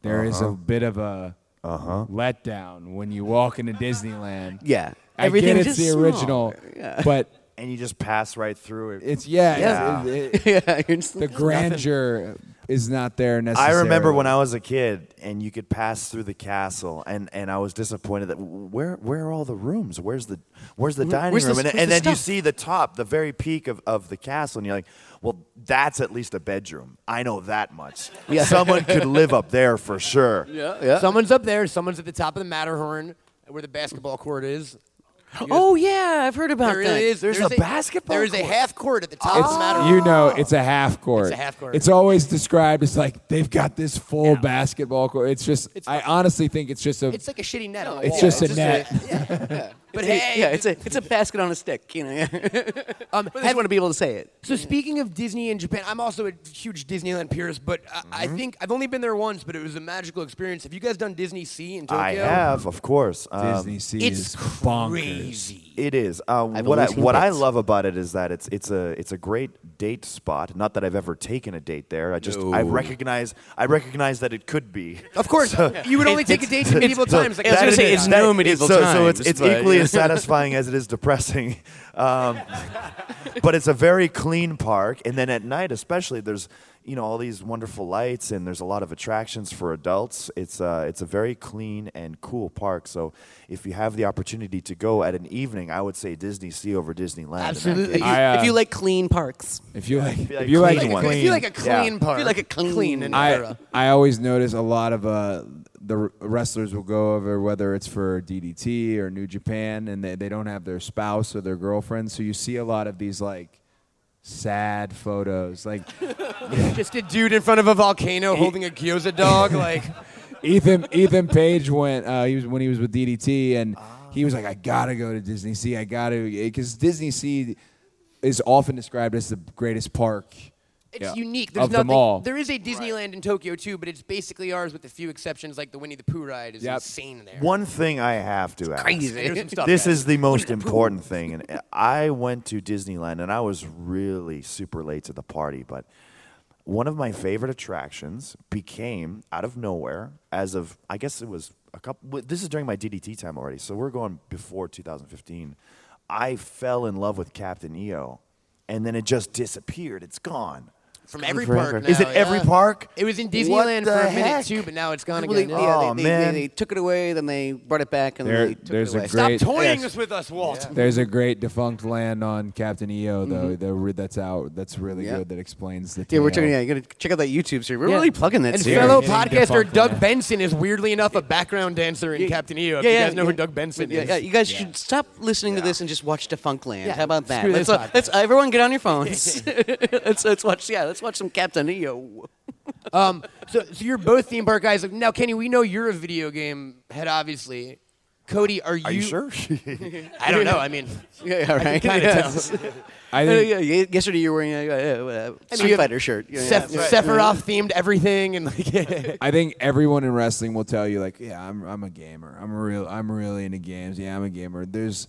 S4: there is
S5: Uh-huh.
S4: a bit of a letdown when you walk into Disneyland.
S3: Yeah.
S4: I
S3: Everything's
S4: get it's
S3: just
S4: the
S3: small.
S4: original,
S3: Yeah.
S4: but
S5: And you just pass right through it.
S4: it's yeah,
S5: Yeah.
S4: it's- it- it-
S3: [laughs] yeah. you're just-
S4: the grandeur is not there
S5: I
S4: necessarily.
S5: remember when I was a kid, and you could pass through the castle, and, and I was disappointed that where where are all the rooms? Where's the where's the dining
S3: where's the
S5: room?
S3: s-
S5: and
S3: where's
S5: and
S3: the
S5: then you
S3: stuff?
S5: see the top, the very peak of, of the castle, and you're like, well, that's at least a bedroom. I know that much.
S3: Yeah.
S5: Someone could live up there for sure.
S3: [laughs] yeah. Yeah.
S2: someone's up there, someone's at the top of the Matterhorn where the basketball court is.
S3: Oh yeah, I've heard about
S2: There really
S3: that.
S2: is.
S5: There's a basketball
S2: There is a
S5: court.
S2: half court at the top
S4: Ah.
S2: of the matter.
S4: You know, it's a half court.
S2: It's a half court.
S4: It's always described as like they've got this full basketball court. It's just, I honestly think it's just a.
S2: It's like a shitty net. on the
S4: It's
S2: wall.
S4: just a
S3: It's
S4: net.
S3: just
S2: But
S3: It's a-
S2: hey,
S3: yeah, it's a it's a basket on a stick. You know, [laughs]
S2: um, have-
S3: I just want to be able to say it.
S2: So speaking of Disney in Japan, I'm also a huge Disneyland purist, but I, I think I've only been there once, but it was a magical experience. Have you guys done Disney Sea in Tokyo?
S5: I have, of course. Um,
S4: Disney Sea
S2: It's
S4: is bonkers.
S5: [laughs]
S2: crazy.
S5: It is. Uh,
S3: I've
S5: what I,
S3: only seen
S5: what I
S3: bits.
S5: love about it is that it's it's a it's a great date spot. Not that I've ever taken a date there. I just I recognize I recognize that it could be.
S2: Of
S5: [laughs]
S2: course, you would only take a date to medieval times. Like
S3: I was gonna
S5: that-
S3: say, it's
S5: that-
S3: no medieval
S5: so, So it's,
S3: times,
S5: it's
S3: but-
S5: equally as
S3: [laughs]
S5: satisfying as it is depressing. Um, but it's a very clean park, and then at night, especially, there's you know all these wonderful lights, and there's a lot of attractions for adults. It's uh, it's a very clean and cool park. So if you have the opportunity to go at an evening, I would say Disney Sea over Disneyland.
S3: Absolutely. If you,
S4: I, uh,
S3: if you like clean parks,
S4: If you like,
S5: like
S4: if you like,
S5: clean
S2: Like
S5: one.
S2: a, if you like a
S5: Yeah.
S2: clean park.
S3: If you like a clean-
S2: and
S4: I,
S2: era.
S4: I always notice a lot of uh, the r- wrestlers will go over whether it's for DDT or New Japan, and they, they don't have their spouse or their girlfriend, so you see a lot of these like sad photos. Like
S2: Just a dude in front of a volcano holding a gyoza dog.
S4: [laughs]
S2: Like
S4: Ethan Ethan Page went uh, he was when he was with DDT, and he was like, I gotta go to Disney Sea, I gotta because Disney Sea is often described as the greatest park.
S2: it's
S4: yeah,
S2: unique. There's
S4: of
S2: nothing.
S4: them all.
S2: There is a Disneyland in Tokyo too, but it's basically ours with a few exceptions. Like the Winnie the Pooh ride is
S4: Yep.
S2: insane there.
S5: One thing I have to ask.
S2: There's some stuff
S5: This
S2: there.
S5: is the
S2: [laughs]
S5: most important thing. And I went to Disneyland and I was really super late to the party, but one of my favorite attractions became out of nowhere as of I guess it was a couple w- this is during my DDT time already. So we're going before 2015. I fell in love with Captain EO and then it just disappeared. It's gone.
S2: from every
S5: Forever.
S2: park. Now,
S5: Is it every
S2: yeah.
S5: park?
S2: It was in
S5: What
S2: Disneyland for a
S5: the
S2: minute
S5: heck?
S2: too, but now it's gone
S3: Well, they-
S2: again.
S5: Oh,
S3: yeah, they, they, they,
S5: man.
S3: they took it away, then they brought it back, and
S4: There-
S3: then they took
S4: there's
S3: it
S4: a
S3: away.
S4: great-
S2: Stop
S4: Great.
S2: toying
S3: Yes.
S2: us with us, Walt.
S4: There's a great defunct land on Captain EO though.
S2: Mm-hmm.
S4: the- that's out. That's really
S3: Yeah.
S4: good. That explains the.
S3: Yeah, we're
S4: tale.
S3: checking. Yeah, you gotta check out that YouTube series. We're really plugging that
S2: And
S3: series.
S2: fellow
S4: Getting
S2: podcaster
S4: defunct
S2: Doug
S4: land.
S2: Benson is weirdly enough a background dancer in Captain EO. If you guys know who Doug Benson
S3: yeah,
S2: is.
S3: Yeah, you guys should stop listening to this and just watch Defunctland.
S2: Yeah,
S3: How about that?
S2: screw
S3: Let's,
S2: this
S3: uh,
S2: podcast.
S3: let's everyone get on your phones. [laughs] let's, let's watch. Yeah, let's watch some Captain EO.
S2: Um, so, so you're both theme park guys. Now, Kenny, we know you're a video game head, obviously. Cody, are you?
S5: Are you sure?
S2: I don't know. I mean,
S3: Yeah, yeah, all right.
S2: kinda
S3: yeah.
S2: tell.
S4: [laughs]
S3: [laughs]
S4: I
S3: Yeah,
S4: think
S3: yeah, yeah, yesterday you were wearing a uh, uh, Street
S2: you-
S3: Fighter shirt. Yeah,
S2: Seph-
S3: yeah.
S2: Sephiroth themed everything, and like,
S4: [laughs] I think everyone in wrestling will tell you like, yeah, I'm I'm a gamer. I'm real. I'm really into games. Yeah, I'm a gamer. There's,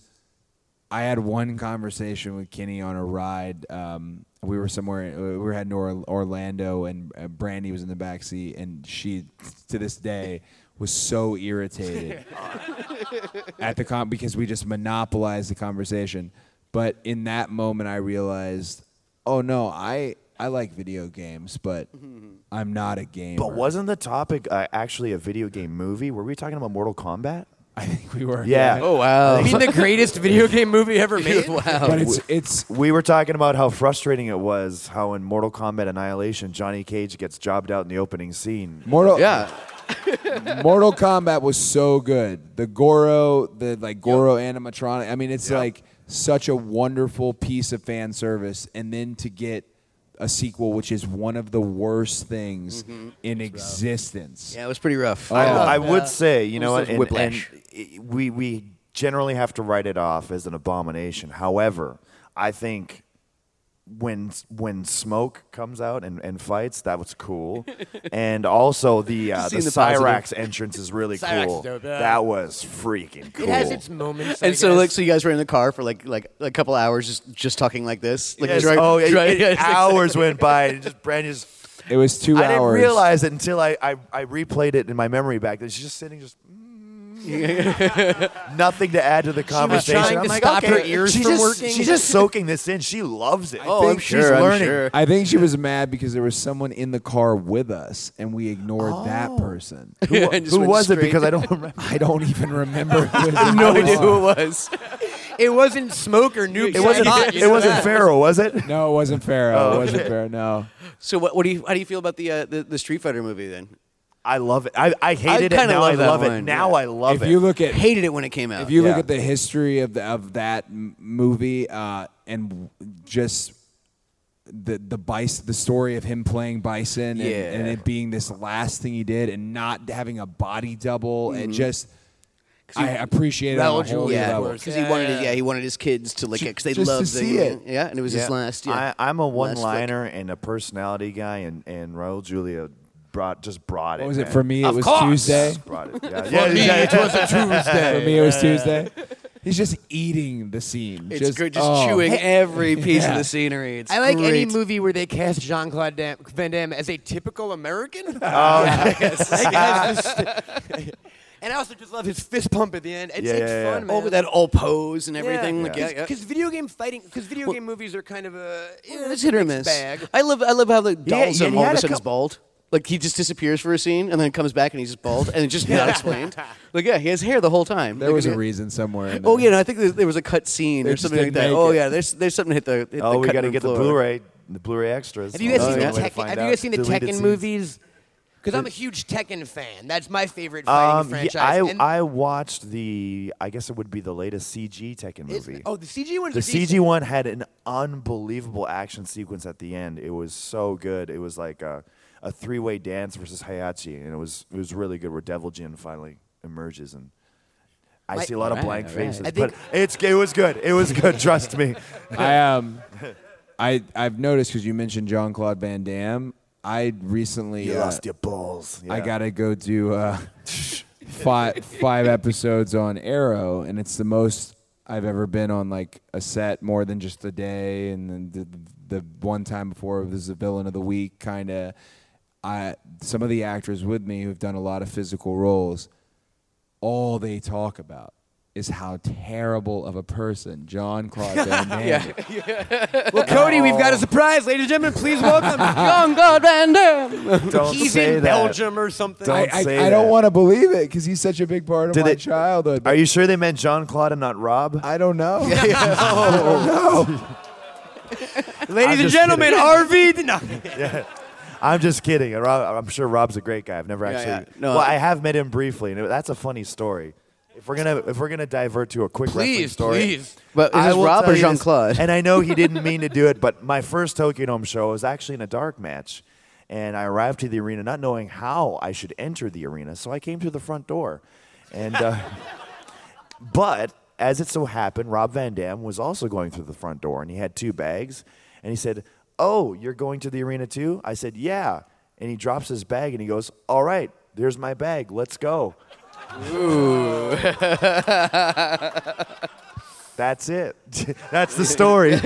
S4: I had one conversation with Kenny on a ride. Um, we were somewhere. We were heading to Or- Orlando, and uh, Brandy was in the back seat, and she, to this day, was so irritated at the com because we just monopolized the conversation. But in that moment, I realized, oh no, I I like video games, but I'm not a gamer.
S5: But wasn't the topic uh, actually a video game movie? Were we talking about Mortal Kombat?
S4: I think we were.
S5: Yeah.
S3: Oh wow.
S2: I mean, the greatest video game movie ever made.
S3: wow.
S4: But it's it's
S5: We were talking about how frustrating it was how in Mortal Kombat Annihilation, Johnny Cage gets jobbed out in the opening scene.
S4: Mortal
S3: Yeah.
S4: [laughs] Mortal Kombat was so good. The Goro, the like Goro animatronic. I mean, it's
S5: Yep.
S4: like such a wonderful piece of fan service and then to get a sequel which is one of the worst things in existence.
S3: Mm-hmm. Yeah, it was pretty rough.
S5: I,
S4: Oh.
S5: I would say, you know,
S3: was
S5: and,
S3: like
S5: and, and
S3: Whiplash.
S5: i- we, we generally have to write it off as an abomination. However, I think when when smoke comes out and, and fights, that
S2: [laughs]
S5: was cool. and also the uh, the,
S3: Seeing the positive.
S5: Cyrax entrance is really
S2: Cyrax is
S5: cool.
S2: dope, yeah.
S5: That was freaking cool.
S2: It has its moments. I
S3: and so,
S2: guess.
S3: like, so you guys were in the car for like like a couple hours, just just talking like this. Like,
S5: Yes.
S3: dri-
S5: oh,
S3: [laughs]
S5: yeah,
S3: dri-
S5: it-
S3: yeah, it's like-
S5: hours went by and just Brandon just
S4: It was 2
S5: I
S4: hours.
S5: didn't realize it until I, I, I replayed it in my memory back. That she's just
S3: [laughs]
S5: sitting, just nothing to add to the conversation.
S2: trying
S5: I'm
S2: to
S5: like,
S2: stop
S5: okay,
S2: her ears
S5: she's
S2: from
S5: just,
S2: working.
S5: She's just soaking this in. She loves it.
S3: Oh, I'm
S5: she's
S3: sure, I'm
S5: learning.
S3: sure.
S4: I think she was mad because there was someone in the car with us and we ignored that
S3: Oh.
S4: person.
S5: Who,
S3: [laughs] And just
S5: who
S3: went
S5: was it?
S3: straight-
S5: Because
S3: [laughs]
S5: I don't remember.
S4: I don't even remember. who it was.
S3: no idea who it was.
S2: it wasn't smoke or noob.
S5: It wasn't.
S2: Saibot, you
S5: it
S2: know
S5: wasn't
S2: that.
S5: Pharaoh, was it?
S4: No, it
S3: Oh,
S4: wasn't Pharaoh. It wasn't Pharaoh. No.
S3: So, what, what do you how do you feel about the, uh, the the Street Fighter movie then?
S5: I love it. I, I hated it.
S3: kinda
S5: Now
S3: love
S5: I
S3: that
S5: love it.
S3: line,
S5: Now
S3: yeah.
S5: I love
S4: if
S5: it.
S4: you look at
S3: hated it when it came out.
S4: if you look
S5: Yeah.
S4: at the history of the, of that m- movie uh, and w- just the the bison, the story of him playing bison and,
S3: Yeah.
S4: and it being this last thing he did and not having a body double and just I appreciate it on a whole new
S3: yeah,
S4: level.
S3: because he wanted his, yeah he wanted his kids to lick it because they
S4: Just to
S3: loved the,
S4: see it.
S3: yeah, and it was his
S5: Yeah.
S3: last. Yeah,
S5: I, I'm a
S3: last flick.
S5: one-liner and a personality guy, and and Raul Julia brought just brought it.
S4: What was it
S5: man.
S4: for me? It
S2: Of
S4: was
S2: course.
S4: Tuesday.
S5: Just Brought it.
S4: [laughs]
S5: Yeah, yeah,
S2: me,
S5: yeah,
S2: it
S5: yeah.
S2: was a Tuesday.
S4: For me, it was Tuesday. He's just eating the scene.
S3: It's
S4: just,
S3: good, just
S4: oh.
S3: chewing every piece of the scenery. It's
S2: I like any
S3: great.
S2: movie where they cast Jean Claude Van Damme as a typical American.
S5: Oh,
S2: [laughs]
S5: yes.
S2: Like, that's just- and I also just love his fist pump at the end. It's,
S5: Yeah,
S2: it's
S5: yeah,
S2: fun,
S5: yeah.
S2: man.
S3: Oh, with that all pose and everything. like, yeah, yeah.
S2: Because video game fighting, because video game movies are kind of a
S3: Yeah, it's hit or miss.
S2: bag.
S3: I love I love how the dolls
S5: yeah,
S3: him
S5: he
S3: all of
S5: had
S3: a
S5: a
S3: sudden is
S5: cou-
S3: bald. Like he just disappears for a scene and then comes back and he's just bald and it's just [laughs] not explained. Like yeah, he has hair the whole time.
S4: There
S3: Like,
S4: was
S3: yeah.
S4: a reason somewhere. in
S3: Oh
S4: there.
S3: yeah, no, I think there, there was a cut scene
S4: They
S3: or
S4: just
S3: something like
S4: didn't
S3: that.
S4: make
S3: Oh
S4: it.
S3: yeah, there's there's something hit the. Hit
S5: Oh,
S3: the
S5: we
S3: cut
S5: got to
S3: room
S5: get the
S3: floor.
S5: Blu-ray, the Blu-ray extras.
S2: Have you guys
S5: Oh,
S2: seen
S5: yeah.
S2: the
S5: Way to
S2: Tekken?
S5: find
S2: Have you
S5: out.
S2: guys seen the
S5: Deleted
S2: Tekken
S5: scenes.
S2: movies? Because I'm a huge Tekken fan. That's my favorite fighting
S5: Um, yeah,
S2: franchise. and
S5: I I watched the. I guess it would be the latest CG Tekken
S2: it's-
S5: movie.
S2: oh, the CG ones.
S5: The
S2: are decent.
S5: CG one had an unbelievable action sequence at the end. It was so good. It was like a, a three way dance versus Hayachi, and it was it was really good. Where Devil Jin finally emerges, and I
S2: Like-
S5: see a lot of
S3: Right,
S5: blank
S3: right.
S5: faces,
S2: I
S5: but
S2: think-
S5: it's it was good. It was good. trust me.
S4: I
S5: [laughs]
S4: um, I I've noticed because you mentioned Jean Claude Van Damme. I recently
S5: You
S4: uh,
S5: lost your balls.
S4: I
S5: Yeah.
S4: gotta go do uh,
S5: [laughs]
S4: five five episodes on Arrow, and it's the most I've ever been on like a set more than just a day. And then the, the one time before it was the villain of the week, kind of. I some of the actors with me who've done a lot of physical roles, all they talk about is how terrible of a person John
S5: [laughs]
S4: Claude Van Damme. is.
S2: Well, Uh, Cody, we've
S5: Oh.
S2: got a surprise, ladies and gentlemen. Please
S5: [laughs]
S2: welcome John God Van Damme.
S5: Don't
S2: He's
S5: say
S2: in
S5: that.
S2: Belgium or something.
S5: Don't
S4: I,
S5: say
S4: I, I don't
S5: that.
S4: want to believe it because he's such a big part of
S5: Did
S4: my
S5: they-
S4: childhood.
S5: Are you sure they meant John Claude and not Rob?
S4: I don't
S5: [laughs]
S4: know.
S2: ladies
S5: I'm
S2: and
S5: just
S2: gentlemen, RV.
S5: kidding. [laughs]
S2: No.
S5: I'm just kidding. Rob, I'm sure Rob's a great guy. I've never actually.
S3: yeah. No,
S5: well,
S3: I-
S5: I have met him briefly, and that's a funny story. If we're gonna if we're gonna divert to a quick wrestling
S2: Please,
S5: story,
S2: please.
S3: But is
S5: I
S3: this
S5: will
S3: Rob
S5: tell
S3: or
S5: you this,
S3: Jean-Claude?
S5: And I know
S3: [laughs]
S5: he didn't mean to do it, but my first Tokyo Dome show was actually in a dark match, and I arrived to the arena not knowing how I should enter the arena, so I came through the front door,
S3: [laughs]
S5: and. Uh, But as it so happened, Rob Van Dam was also going through the front door and he had two bags. And he said, Oh, you're going to the arena too? I said, Yeah. And he drops his bag and he goes, All right, there's my bag. Let's go. That's it. [laughs] That's the story.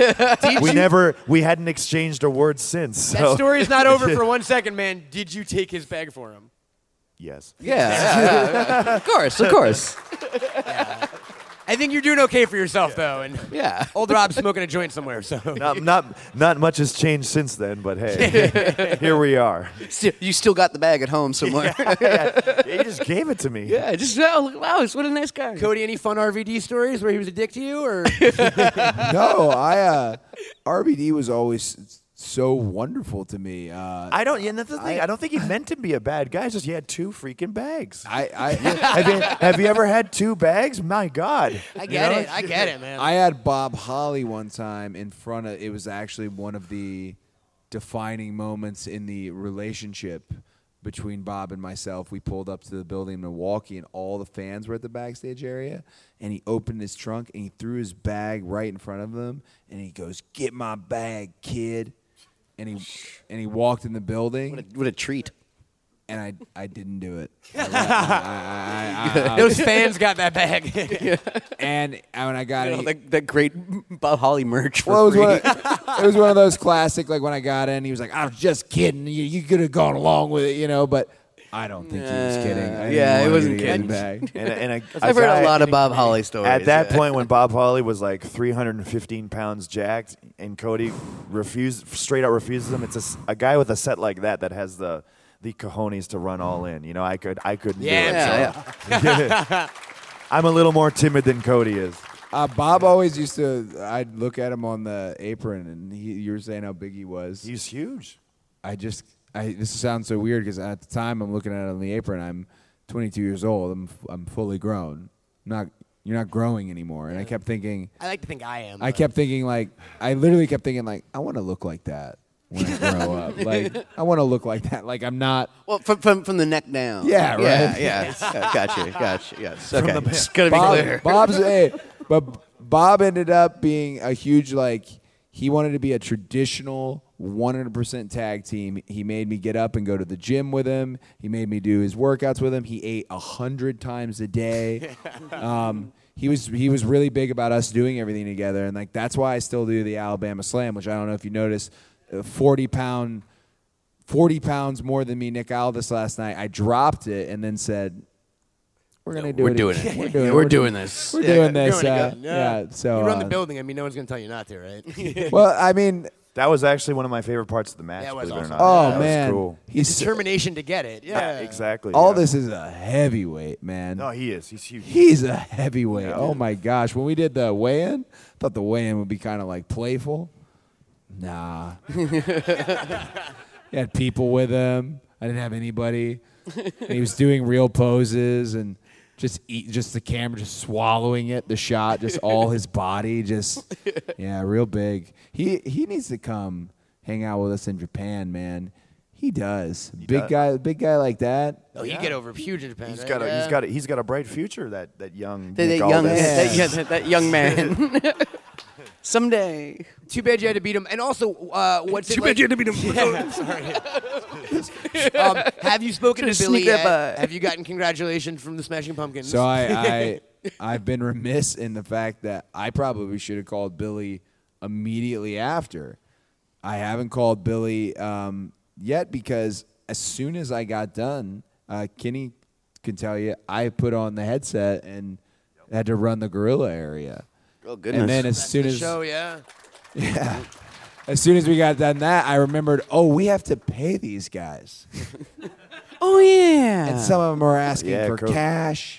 S5: we never, we hadn't exchanged a word since.
S2: That
S5: So,
S2: story's not over for one second, man. Did you take his bag for him?
S5: [laughs] yes.
S3: Yeah, yeah, yeah. of course, of course.
S2: I think you're doing okay for yourself, though. And
S3: Yeah.
S2: old Rob's smoking a joint somewhere, so.
S5: [laughs] Not, not, not much has changed since then, but hey, [laughs] here we are.
S3: Still, [laughs] you still got the bag at home somewhere. Yeah,
S5: Yeah, you just gave it to me.
S3: just oh, look, wow, what a nice guy.
S2: Cody, any fun RVD stories where he was a dick to you, or
S4: no, I uh, RBD was always so wonderful to me. Uh,
S5: I don't. Yeah, that's the thing.
S4: I-
S5: I, don't think he meant to be a bad guy. It's just he had two freaking bags.
S4: I
S5: [laughs]
S4: I,
S5: have, you, have you ever had two bags? My God.
S2: I get it, I get it,
S5: [laughs]
S2: man.
S4: I had Bob Holly one time in front of. It was actually one of the defining moments in the relationship between Bob and myself. We pulled up to the building in Milwaukee, and all the fans were at the backstage area. And he opened his trunk and he threw his bag right in front of them, and he goes, "Get my bag, kid." And he and he walked in the building.
S3: What a, what a treat.
S4: and I, I didn't
S3: [laughs]
S4: do it.
S2: those
S5: [laughs]
S2: fans got that bag.
S4: and uh, when I got
S3: You know,
S4: it,
S3: that, that great Bob Holly merch for
S4: well, it was,
S3: free.
S4: one
S3: [laughs]
S4: of, it was one of those classic. Like when I got in, he was like, "I was just kidding. You, you could have gone along with it, you know." But I don't think he was kidding.
S3: Yeah,
S4: I didn't
S3: yeah, it
S4: want him to
S3: wasn't
S4: get
S3: kidding.
S4: the bag.
S5: And, a- and a- a
S3: I've heard
S5: guy-
S3: a lot of Bob Holly stories. [laughs]
S5: At that
S3: yeah.
S5: point, when Bob Holly was like 315 pounds jacked, and Cody refused, straight out refuses him. It's a, s- a guy with a set like that that has the the cojones to run all in. You know, I could, I couldn't
S2: Yeah,
S5: do it.
S3: yeah,
S5: so- [laughs] I'm a little more timid than Cody is.
S4: Uh, Bob always used to. I'd look at him on the apron, and he, you were saying how big he was.
S5: He's huge.
S4: I just I this sounds so weird because at the time I'm looking at it on the apron. I'm 22 years old. I'm I'm fully grown. I'm not you're not growing anymore. And I kept thinking,
S2: I like to think I am.
S4: I
S2: but-
S4: kept thinking like I literally kept thinking like I want to look like that when I grow up. [laughs] Like I want to look like that. Like I'm not.
S3: Well, from, from from the neck down.
S4: Yeah,
S3: Yeah,
S4: right.
S3: yeah. yeah gotcha, gotcha.
S5: [laughs]
S3: Yes. Okay. It's gotta be clear. [laughs]
S4: Bob, Bob's hey, but Bob ended up being a huge like he wanted to be a traditional 100% tag team. He made me get up and go to the gym with him. He made me do his workouts with him. He ate a hundred times a
S3: [laughs]
S4: day. um, he was he was really big about us doing everything together, and like that's why I still do the Alabama Slam, which I don't know if you noticed, a 40 pound 40 pounds more than me, Nick Aldis, last night. I dropped it and then said, We're going to do
S3: We're
S4: it.
S3: doing
S4: again.
S2: [laughs]
S3: it.
S4: [laughs] We're
S3: Yeah,
S4: doing,
S3: we're doing this.
S4: We're
S3: Yeah,
S4: doing this.
S2: doing it
S4: uh,
S2: good.
S4: yeah. So,
S2: you run the
S4: uh,
S2: building. I mean, no one's gonna tell you not to,
S4: [laughs]
S2: right? [laughs]
S4: well, I mean,
S5: That was actually one of my favorite parts of the match.
S2: That was
S5: believe it or
S2: awesome.
S5: not.
S4: oh,
S5: That was
S4: man.
S5: cool.
S4: He's
S2: Determination to get it. Yeah.
S5: Yeah, exactly.
S4: All
S5: yeah.
S4: this is a heavyweight, man.
S5: No, he is. He's huge.
S4: He's a heavyweight. Oh, my gosh. When we did the weigh in, thought the weigh in would be kind of like playful. Nah. [laughs] he had people with him. I didn't have anybody. And he was doing real poses and just eat, just the camera just swallowing it, the shot, just all his body, just yeah, real big. He he needs to come hang out with us in Japan, man. He does. big
S5: does.
S4: guy, big guy like that.
S2: Oh, you
S5: Yeah.
S2: get over huge in Japan.
S5: He's
S2: right?
S5: got a
S2: yeah.
S5: he's got a, he's got a bright future. That that young
S3: That, that
S5: Nick
S3: young,
S5: Aldis.
S3: that, yeah, that young man. Someday.
S2: [laughs] Too bad you had to beat him. And also, uh, what's it
S3: Too bad
S2: like-
S3: you had to
S2: [laughs]
S3: beat him.
S2: Yeah, sorry. um, have you spoken to
S3: Should've
S2: Billy
S3: sneaked that
S2: yet?
S3: by.
S2: Have you gotten congratulations from the Smashing Pumpkins?
S4: So I, I I've been remiss in the fact that I probably should have called Billy immediately after. I haven't called Billy um, yet because as soon as I got done, uh, Kenny can tell you I put on the headset and had to run the gorilla area.
S3: Oh
S4: And then as soon
S2: the
S4: as
S2: show, yeah.
S4: as soon as we got done that, I remembered, oh, we have to pay these guys,
S3: oh yeah.
S4: and some of them are asking
S5: Yeah,
S4: for
S5: cool.
S4: cash.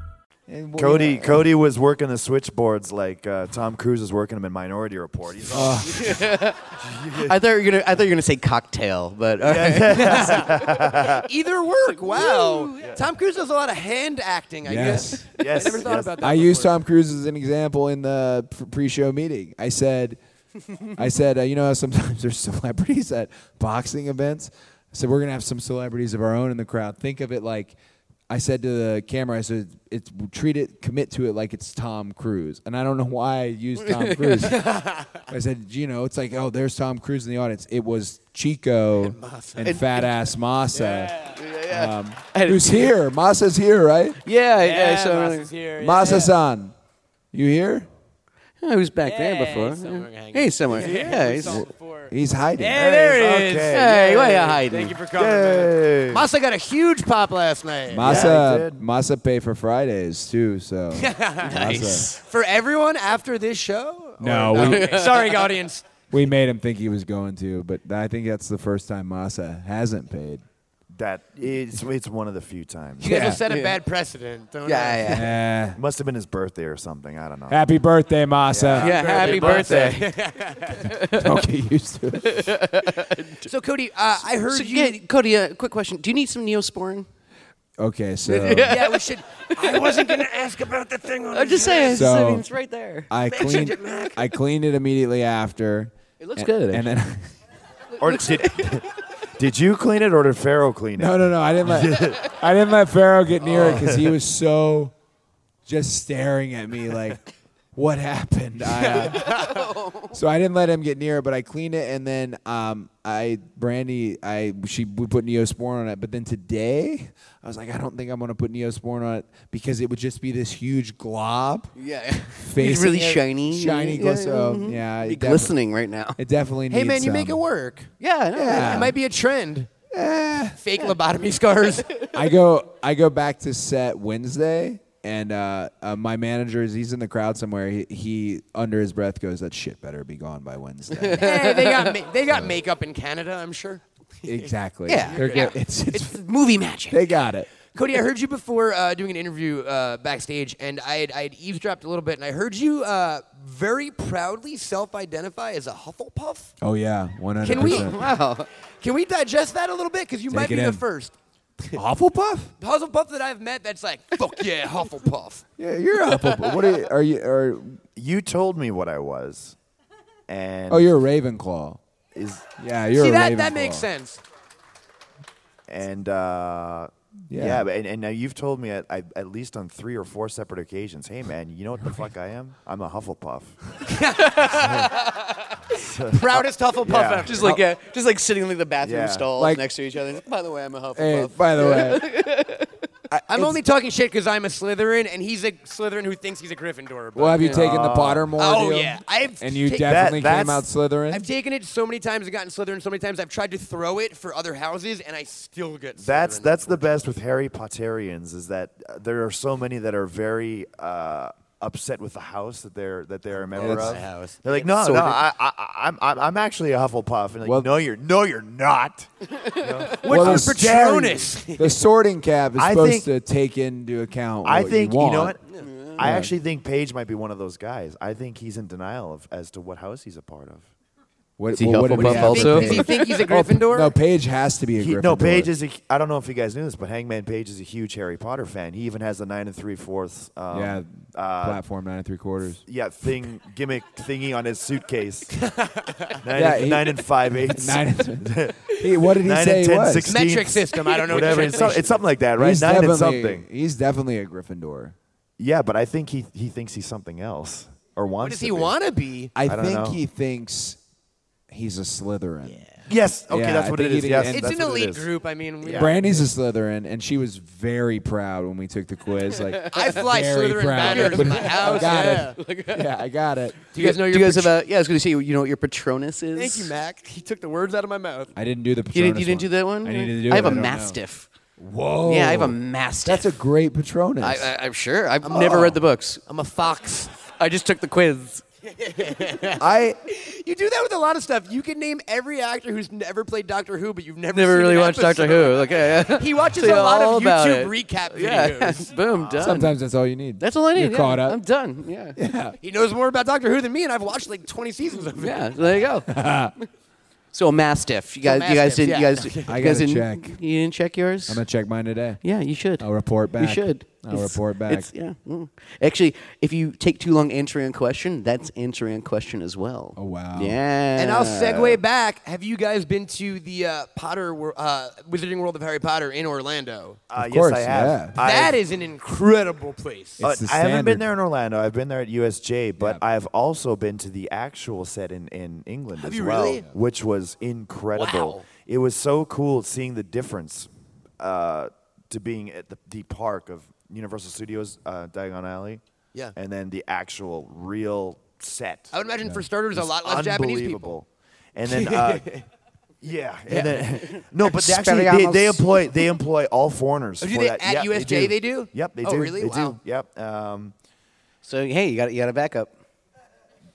S4: And what-
S5: Cody Cody was working the switchboards like uh, Tom Cruise is working them in Minority Report. He's all,
S3: I thought you were gonna I thought you were gonna say cocktail, but uh, [laughs] all right.
S2: Either work. Wow. Tom Cruise does a lot of hand acting. I
S4: Yes.
S2: guess.
S5: yes,
S2: I never thought
S5: yes.
S2: about that.
S4: I used
S2: before.
S4: Tom Cruise as an example in the pr- pre-show meeting. I said, I said, uh, you know, how sometimes there's celebrities at boxing events. I said we're gonna have some celebrities of our own in the crowd. Think of it like, I said to the camera, I said, it's treat it, commit to it like it's Tom Cruise. And I don't know why I
S2: [laughs]
S4: used Tom Cruise. I said, you know, it's like, oh, there's Tom Cruise in the audience. It was Chico and, Fat Ass Massa. Um, who's here? Massa's here, right?
S3: yeah, yeah, so
S4: Masa-san, you here?
S3: Yeah, Oh, he was back there before. He's
S2: somewhere
S3: yeah.
S2: hanging.
S3: He's somewhere. Yeah, he's.
S4: He's hiding.
S2: there
S5: Okay.
S2: he is.
S3: Hey, why you hiding?
S2: Thank you for coming. man.
S5: Hey.
S2: Masa got a huge pop last night.
S5: Yeah, he
S4: Masa
S5: did.
S4: Masa pay for Fridays too, so nice.
S2: For everyone after this show?
S4: No,
S2: Or-
S4: we-
S2: Okay. Sorry, audience.
S4: we made him think he was going to, but I think that's the first time Masa hasn't paid.
S5: That it's it's one of the few times.
S2: You guys
S4: Yeah.
S2: have set a bad precedent. Don't
S3: Yeah, yeah.
S4: Eh.
S5: Must have been his birthday or something. I don't know.
S4: happy birthday, Masa.
S3: Yeah, happy birthday.
S4: Don't get used to it.
S2: yeah. So, Cody, uh, I heard
S3: So,
S2: you.
S3: yeah, Cody, uh, quick question. Do you need some [laughs] Neosporin?
S4: [laughs] Okay, so
S2: yeah, we should. I wasn't going to ask about the thing on.
S3: [laughs] I'm just saying.
S4: So-
S3: I mean, it's right there.
S4: I cleaned I cleaned it immediately after.
S3: It looks
S4: and,
S3: good,
S4: And then
S5: Or did, [laughs] did you clean it or did Pharaoh clean it?
S4: No, no, no. I
S3: [laughs]
S4: didn't let I didn't let Pharaoh get near it because he was so just staring at me like, what happened? I,
S3: [laughs]
S4: uh, so I didn't let him get near it, but I cleaned it and then um, I Brandy I she we put Neosporin on it, but then today I was like, I don't think I'm gonna put Neosporin on it because it would just be this huge glob.
S3: Yeah. He's
S4: Facing
S3: really
S4: it,
S3: shiny.
S4: shiny
S3: Yeah,
S4: glow. So
S3: mhm.
S4: yeah,
S3: Be
S4: it defi-
S3: glistening right now.
S4: It definitely.
S2: Hey,
S4: needs
S2: man, you make
S4: some.
S2: it work.
S3: Yeah, no,
S4: Yeah.
S2: It might be a trend. Fake lobotomy
S4: [laughs]
S2: scars.
S4: I go I go back to set Wednesday, and uh, uh, my manager is he's in the crowd somewhere. He, he under his breath goes, "That shit better be gone
S2: [laughs]
S4: by Wednesday."
S2: Eh, they got ma- they got makeup in Canada, I'm sure.
S4: exactly.
S2: Yeah.
S4: They're
S2: Yeah.
S4: get- [laughs] it's, it's,
S2: It's movie magic.
S4: they got it.
S2: Cody, I heard you before uh, doing an interview uh, backstage, and I had, I had eavesdropped a little bit, and I heard you uh, very proudly self-identify as a Hufflepuff.
S4: Oh yeah, one hundred
S2: Can we?
S4: percent.
S2: Wow. Can we digest that a little bit? Because you might
S4: it
S2: be the
S4: in.
S2: first
S4: Hufflepuff?
S2: Hufflepuff that I've met that's like, fuck yeah, Hufflepuff.
S4: Yeah, you're a Hufflepuff. What are you? Are you? Are,
S5: You told me what I was, and
S4: oh, you're a Ravenclaw.
S5: is
S4: Yeah, you're.
S2: See
S4: a
S2: that?
S4: Ravenclaw.
S2: That makes sense.
S5: and uh,
S4: Yeah.
S5: yeah, but- and, and now you've told me at, I, at least on three or four separate occasions, hey man, you know what the fuck I am? I'm a Hufflepuff.
S2: Proudest
S4: [laughs]
S2: Hufflepuff
S5: Yeah.
S2: ever.
S3: Just like uh, just like sitting in like, the bathroom
S5: Yeah.
S3: stalls
S4: Like-
S3: next to each other. By the way, I'm a Hufflepuff.
S4: Hey, by the
S2: [laughs]
S4: way,
S2: I'm only talking shit because I'm a Slytherin, and he's a Slytherin who thinks he's a Gryffindor.
S4: well,
S2: But
S4: have you taken the Pottermore?
S2: Oh,
S4: deal?
S2: yeah. I've
S4: and you
S2: ta- That-
S4: definitely
S5: that's-
S4: came out Slytherin.
S2: I've taken it so many times and gotten Slytherin so many times. I've tried to throw it for other houses, and I still get.
S5: That's
S2: Slytherin.
S5: that's the best with Harry Potterians is that uh, there are so many that are very uh, upset with the house that they're that they're a member
S4: That's-
S5: of.
S4: The
S2: house.
S5: They're like, no,
S3: So
S5: no,
S3: did-
S5: I, I, I- I'm I'm I'm actually a Hufflepuff, and like,
S4: Well-
S5: no, you're no, you're not.
S2: What's
S4: Well,
S2: well,
S4: it's
S2: Patronus?
S4: [laughs] The sorting cap is
S5: I
S4: supposed
S5: think-
S4: to take into account.
S5: I
S4: what
S5: think
S4: you,
S5: you,
S4: want.
S5: know what. I actually think Paige might be one of those guys. I think he's in denial of as to what house he's a part of.
S4: What,
S3: Is he
S4: well, what did
S3: Hufflepuff
S4: have
S3: also?
S4: to
S2: Does he
S4: do?
S2: think he's
S3: [laughs]
S2: a
S4: Oh,
S2: Gryffindor?
S4: No, Paige has to be a
S5: He-
S4: Gryffindor.
S5: no, Paige is. A, I don't know if you guys knew this, but Hangman Page is a huge Harry Potter fan. He even has the nine and three fourths. Um,
S4: yeah,
S5: uh,
S4: platform nine and three
S5: [laughs]
S4: quarters.
S5: yeah, thing gimmick thingy on
S4: [laughs]
S5: his suitcase. nine,
S4: Yeah,
S5: and,
S4: he-
S5: nine
S4: [laughs]
S5: and five eighths.
S4: Nine.
S5: [laughs]
S4: and- he, what did he
S5: Nine
S4: say?
S5: and
S4: he
S5: ten
S4: was?
S5: sixteenths.
S2: Metric system, I don't know what the
S5: Whatever. It's, some-
S2: translation
S5: it's something like that, right?
S4: He's
S5: nine and
S4: definitely-
S5: something.
S4: He's definitely a Gryffindor.
S5: Yeah, but I think he he thinks he's something else or wants.
S2: What does
S5: to
S2: he
S5: be.
S2: want to be?
S4: I,
S5: don't
S4: think
S5: know.
S4: he thinks he's a Slytherin.
S5: Yes. Okay,
S4: Yeah,
S5: that's
S4: I
S5: what it
S4: think
S5: is.
S4: he
S5: Yes,
S4: thinks-
S2: It's
S5: that's
S2: an
S5: what it
S2: elite
S5: is.
S2: group. I mean, we
S4: Brandy's a Slytherin, and she was very proud when we took the quiz.
S5: [laughs]
S4: Like
S2: I fly
S4: very
S2: Slytherin
S4: proud.
S2: banners in my
S4: [laughs] I
S2: house.
S4: got
S2: yeah.
S4: it. Yeah, I got
S5: [laughs]
S4: it.
S2: Do you guys know your
S3: Do you guys
S2: patr-
S3: have a? Yeah, I was going to say you know what your Patronus is.
S2: Thank you, Mac. He took the words out of my mouth.
S4: I didn't do the.
S3: You didn't,
S4: Patronus
S3: you didn't do that one.
S4: I needed to do
S3: I have
S4: it.
S3: a
S4: don't know.
S3: mastiff.
S4: Whoa.
S3: Yeah, I have a mastiff.
S4: That's a great Patronus.
S3: I, I, I'm sure. I've never read the books.
S2: I'm a fox.
S3: I just took the quiz.
S4: I
S5: uh,
S2: You do that with a lot of stuff. You can name every actor who's never played Doctor Who, but you've never
S3: Never
S2: seen
S3: really
S2: an
S3: watched Doctor
S2: episode.
S3: Who. Okay. yeah.
S2: He watches
S3: So
S2: a lot
S3: all
S2: of
S3: about
S2: YouTube
S3: it.
S2: recap
S3: Yeah. [laughs]
S2: videos.
S3: Boom. Done.
S4: sometimes that's all you need.
S3: That's all I need.
S4: You're
S3: yeah.
S4: caught up.
S3: I'm done. Yeah.
S4: [laughs]
S3: Yeah.
S2: He knows more about Doctor Who than me, and I've watched like 20 seasons of it.
S3: so there you go. [laughs] so a mastiff. You guys.
S2: mastiff,
S3: you guys didn't. You
S2: yeah.
S3: guys.
S4: [laughs] I
S3: you guys
S4: gotta
S3: didn't,
S4: check.
S3: You didn't check yours.
S4: I'm gonna check mine today.
S3: yeah, you should.
S4: I'll report back.
S3: You should.
S4: I'll report back.
S3: it's- yeah. mm. Actually, if you take too long answering a question, that's answering a question as well.
S4: Oh, wow.
S3: Yeah.
S2: And I'll segue back. Have you guys been to the uh, Potter Wor- uh, Wizarding World of Harry Potter in Orlando?
S5: Uh, yes,
S4: course,
S5: I have.
S4: yeah.
S5: I've-
S2: that is an incredible place.
S5: Uh,
S4: It's the
S5: I haven't been
S4: standard.
S5: there in Orlando. I've been there at USJ, but
S4: Yeah.
S5: I've also been to the actual set in, in England as
S2: you
S5: well,
S2: really?
S5: which was incredible.
S2: Wow.
S5: It was so cool seeing the difference uh, to being at the, the park of Universal Studios uh, Diagon Alley,
S2: Yeah.
S5: and then the actual real set.
S2: I would imagine, for starters, a
S5: It's
S2: lot less Japanese people.
S5: unbelievable. And then,
S2: [laughs]
S5: uh, yeah, and then no, but they actually they, they employ they employ all foreigners.
S2: Oh, do
S5: for
S2: they-
S5: that.
S2: at
S5: Yeah,
S2: USJ they do?
S5: Yep, they
S2: Oh,
S5: do.
S2: really?
S5: They
S2: Wow.
S5: do. Yep. Um,
S3: So hey, you got you got a backup.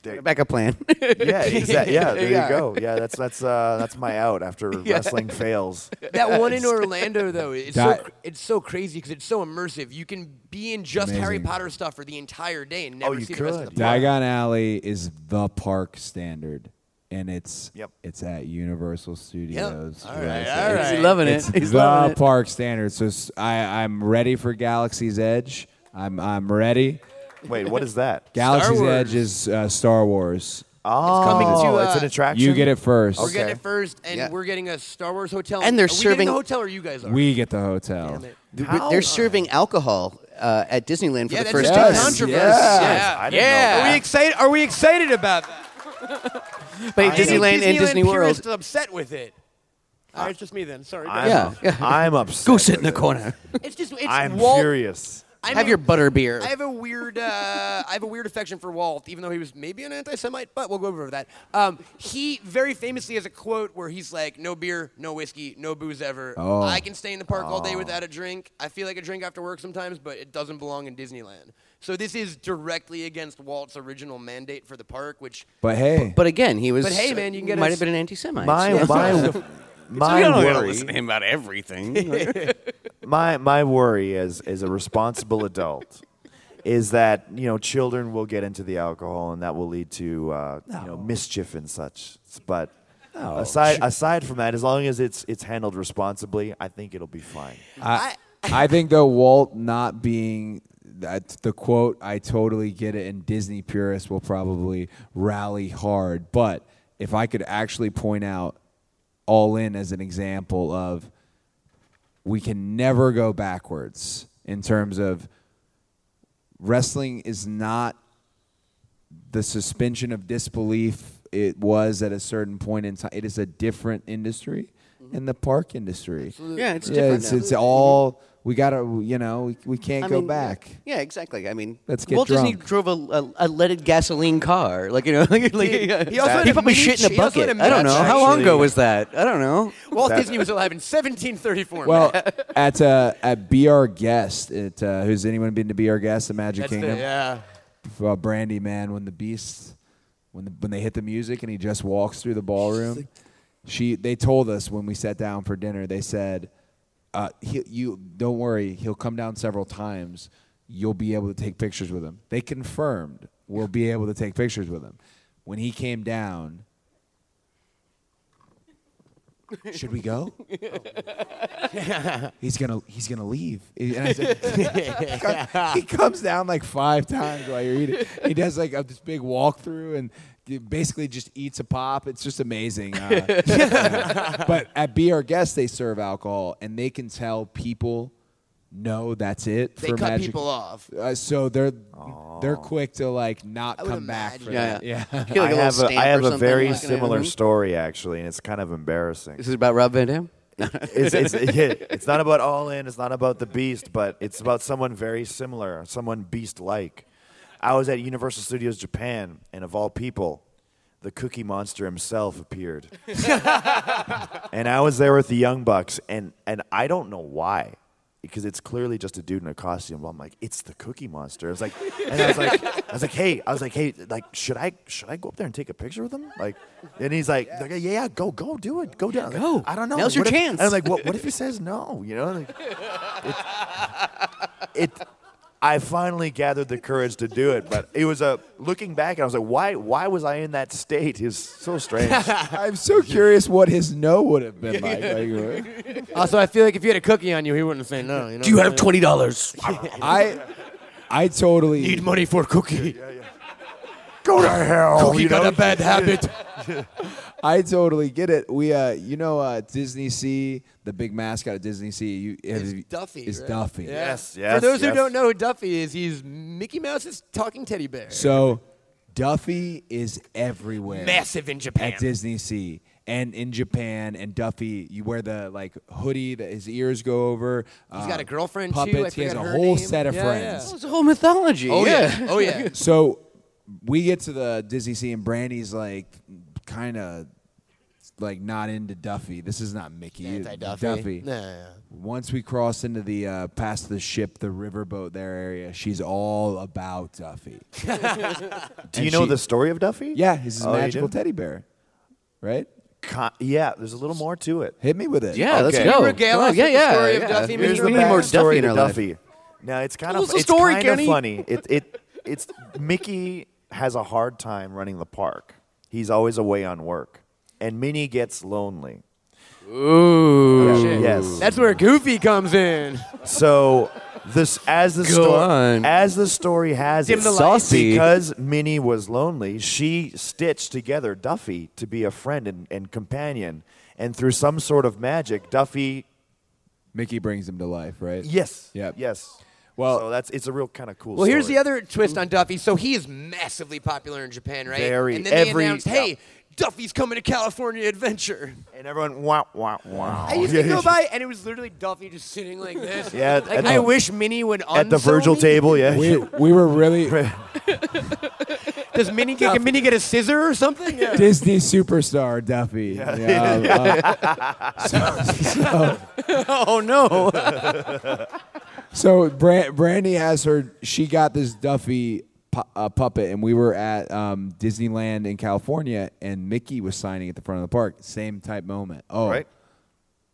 S5: they-
S3: Backup [laughs] plan.
S2: [laughs]
S5: yeah, exactly. Yeah, there
S3: Yeah.
S5: you go. Yeah, that's that's uh, that's my
S2: [laughs]
S5: out after wrestling fails.
S2: That one in Orlando, though, it's so,
S4: That-
S2: cr- it's so crazy because it's so immersive. You can be in just Harry
S4: Amazing.
S2: Potter stuff for the entire day and never
S5: you
S2: see the rest of
S5: could.
S2: the park.
S4: Diagon Alley is the park standard, and it's
S5: Yep.
S4: it's at Universal Studios.
S2: All
S4: Right.
S2: right,
S4: So
S2: all
S3: He's
S2: right.
S3: loving
S4: It's
S3: it. He's
S4: the
S3: loving it.
S4: park standard. So s- I am ready for Galaxy's Edge. I'm I'm ready.
S5: Wait, what is that?
S4: Galaxy's
S2: Wars.
S4: Edge is uh, Star Wars.
S5: Oh,
S2: coming to,
S5: it's
S2: uh,
S5: an attraction.
S4: You get it first.
S2: We're getting
S5: Okay.
S2: it first, and
S3: Yeah.
S2: we're getting a Star Wars hotel.
S3: And
S2: are
S3: they're
S2: we getting
S3: serving-
S2: the hotel, or you guys are.
S4: We get the hotel.
S2: Damn it.
S5: How?
S3: They're serving alcohol uh, at Disneyland for
S2: uh, yeah,
S3: the
S2: that's
S3: first
S2: just
S4: Yes,
S2: a
S3: time.
S2: controversy.
S4: yes.
S2: Yeah.
S5: I didn't know
S3: Yeah.
S2: Are
S5: that.
S2: we excited? Are we excited about that?
S3: But Disneyland and Disney World.
S2: Is upset with it. All right, it's just me then. Sorry.
S5: I'm,
S3: Yeah.
S5: I'm upset.
S3: Go sit in the
S5: with it.
S3: corner.
S2: it's just it's
S5: I'm
S2: Walt.
S5: furious.
S2: I'm
S3: Have
S2: a-
S3: your butter beer.
S2: I have a weird, uh, I have a weird affection for Walt, even though he was maybe an anti-Semite. But we'll go over that. Um, he very famously has a quote where he's like, "No beer, no whiskey, no booze ever.
S4: Oh.
S2: I can stay in the park all day without a drink. I feel like a drink after work sometimes, but it doesn't belong in Disneyland." So this is directly against Walt's original mandate for the park, which
S4: But hey,
S3: But again, he was.
S2: But hey, man, you can get
S3: might
S2: a-
S3: have been an anti-Semite.
S5: My
S3: [laughs]
S5: my my worry.
S3: him about everything.
S5: [laughs]
S3: [laughs]
S5: my my worry as as a responsible adult is that you know children will get into the alcohol and that will lead to uh, you know mischief and such. But aside aside from that, as long as it's it's handled responsibly, I think it'll be fine.
S4: I, I think though Walt not being that the quote, I totally get it, and Disney purists will probably rally hard. But if I could actually point out all in as an example of we can never go backwards in terms of wrestling is not the suspension of disbelief it was at a certain point in time. It is a different industry in the park industry.
S3: Mm-hmm. Yeah, it's
S4: yeah,
S3: different
S4: it's,
S3: now.
S4: it's all we gotta. You know, we, we can't go back.
S3: Yeah, exactly. I mean,
S4: Let's get
S3: Walt Disney
S4: drunk.
S3: drove a, a, a leaded gasoline car, like you know, [laughs] like, uh, he,
S2: he also had a
S3: put my
S2: mini-
S3: shit in a
S2: he also
S3: bucket.
S2: had a
S3: I don't know
S2: mini-
S3: how long
S5: Actually-
S3: ago was that. I don't know.
S2: Walt Disney was alive in 1734.
S4: Well, at uh, at Be Our Guest, at uh, who's anyone been to Be Our Guest at Magic
S2: That's the-
S4: Kingdom?
S2: yeah.
S4: uh, Brandy, man, when the beast, when the, when they hit the music and he just walks through the ballroom, she they told us when we sat down for dinner, they said, uh, he, "You don't worry, he'll come down several times. You'll be able to take pictures with him." They confirmed we'll be able to take pictures with him. When he came down, should
S2: [laughs]
S4: we go? he's gonna he's gonna leave. And I said, [laughs] he comes down like five times while you're eating. He does like a, this big walkthrough and he basically just eats a pop. It's just amazing.
S2: [laughs]
S4: Uh, but at Be Our Guest, they serve alcohol and they can tell people. No, that's it.
S2: They
S4: for
S2: cut
S4: Magic-
S2: people off.
S4: Uh, so they're they're quick to like not come back. For
S3: imagine.
S4: that. yeah. [laughs]
S3: Get, like,
S5: I
S3: little
S5: have a,
S3: stamp
S5: I
S3: or
S5: have a
S3: something
S5: very
S3: like-
S5: similar story actually, and it's kind of embarrassing.
S3: This is about Rob Van Dam.
S5: it's, it's, it's not about all in. It's not about the beast, but it's about someone very similar, someone beast like. I was at Universal Studios Japan, and of all people, the Cookie Monster himself appeared. and I was there with the Young Bucks, and, and I don't know why. Because it's clearly just a dude in a costume. Well, I'm like, it's the Cookie Monster. I was like, and I was like, I was like, hey, I was like, hey, like, should I, should I go up there and take a picture with him? Like, and he's like, yeah, yeah, yeah, go, go, do it, go down.
S3: Go.
S5: I don't know.
S3: Now's your
S5: What if-
S3: chance.
S5: And I'm like, what, what if he says no? You know, like, it, it. I finally gathered the courage to do it, but it was a looking back, and I was like, why? Why was I in that state? Is
S3: [laughs]
S5: so strange.
S4: I'm so curious what his no would have been like.
S2: [laughs]
S4: like uh,
S2: Also, I feel like if you had a cookie on you, he wouldn't say no. You know? Do
S3: twenty dollars?
S4: I I totally
S2: Need money for a cookie.
S5: Go to hell.
S2: Cookie
S5: you
S2: got
S5: know?
S2: a bad habit.
S4: [laughs] I totally get it. We uh you know uh Disney Sea, the big mascot at Disney Sea, you
S2: It's
S4: have-
S2: Duffy,
S4: Is
S2: right?
S4: Duffy.
S5: Yes, yes.
S2: For those
S5: yes.
S2: who don't know who Duffy is, he's Mickey Mouse's talking teddy bear.
S4: So Duffy is everywhere.
S2: Massive in Japan.
S4: At Disney Sea and in Japan and Duffy, you wear the like hoodie that his ears go over. He's
S2: got a girlfriend, too. I
S4: puppets. He has a
S2: forgot her
S4: whole
S2: name.
S4: set of
S2: Yeah,
S4: friends.
S3: It's a whole mythology.
S2: Oh yeah. Oh
S5: [laughs]
S2: yeah.
S4: So we get to the Disney Sea, and Brandy's like, kind of like not into Duffy. This is not Mickey.
S2: Anti-Duffy.
S4: Duffy.
S2: Yeah, yeah, yeah.
S4: Once we cross into the uh, past the ship, the riverboat there area, she's all about Duffy.
S5: Do you
S4: And
S5: know
S4: she-
S5: the story of Duffy?
S4: Yeah, he's his
S5: Oh, you
S4: magical
S5: do?
S4: teddy bear, right?
S5: Con- yeah, there's a little more to it.
S4: Hit me with it.
S3: Yeah, let's
S5: Okay.
S3: go.
S5: Can
S2: you regale
S3: Oh,
S2: us with
S3: yeah,
S2: the
S3: yeah,
S2: story of
S3: yeah.
S2: Duffy
S3: Here's
S2: Mickey
S3: we
S2: Mouse?
S3: need more Duffy
S5: story
S3: in
S5: to
S3: our life.
S5: Duffy. Now it's kind
S3: Tell
S5: of
S3: us the
S5: it's
S3: story,
S5: kind
S3: Kenny.
S5: of funny. It it it's Mickey has a hard time running the park. He's always away on work, and Minnie gets lonely. Ooh, yes.
S2: That's where Goofy comes in.
S5: So this as the
S3: Go
S5: story
S3: on.
S5: as the story has
S2: Dim
S5: it,
S2: the lights.
S3: Saucy.
S5: because Minnie was lonely, she stitched together Duffy to be a friend and, and companion, and through some sort of magic, Duffy.
S4: Mickey brings him to life, right?
S5: Yes.
S4: Yep.
S5: Yes.
S4: Well-
S5: so that's it's a real kind of cool.
S2: Well, here's
S5: story.
S2: the other twist on Duffy. So he is massively popular in Japan, right?
S5: Very.
S2: And then they
S5: Every-
S2: announced, "Hey, Duffy's coming to California Adventure."
S5: and everyone wow wow wow.
S2: I used to go by, and it was literally Duffy just sitting like this.
S5: [laughs] Yeah, at-
S2: Like,
S5: at
S2: I
S5: the-
S2: wish Minnie would
S5: at the
S2: unsell
S5: Virgil
S2: me.
S5: table. Yeah,
S4: We,
S5: [laughs]
S4: we were really
S2: Does Minnie get, can Minnie get a scissor or something? Yeah.
S4: Disney superstar Duffy. Yeah, uh, so, so-
S2: [laughs] oh
S3: [laughs]
S2: no.
S4: So Bra- Brandy has her. She got this Duffy pu- uh, puppet, and we were at um, Disneyland in California, and Mickey was signing at the front of the park. Same type moment. Oh,
S5: Right.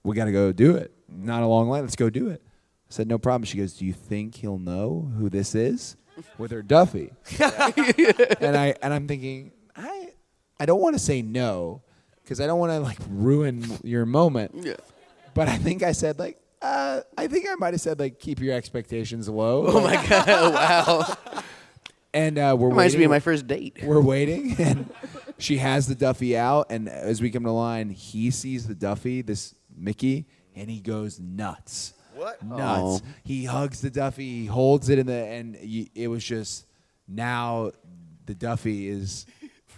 S4: we got to go do it. Not a long line. Let's go do it. I said no problem. She goes, "Do you think he'll know who this is?" With her [laughs] Duffy, and I and I'm thinking, I I don't want to say no because I don't want to like ruin your moment. Yeah. But I think I said like uh, I think I might have said like keep your expectations low. Oh my
S3: [laughs]
S4: god! Wow.
S2: [laughs]
S4: and uh, we're
S3: Reminds
S4: waiting.
S3: me of my first date.
S4: we're waiting, [laughs] and she has the Duffy out, and as we come to line, he sees the Duffy, this Mickey, and he goes nuts. What nuts? He hugs the Duffy, he holds it in the, and y it was just now the Duffy is.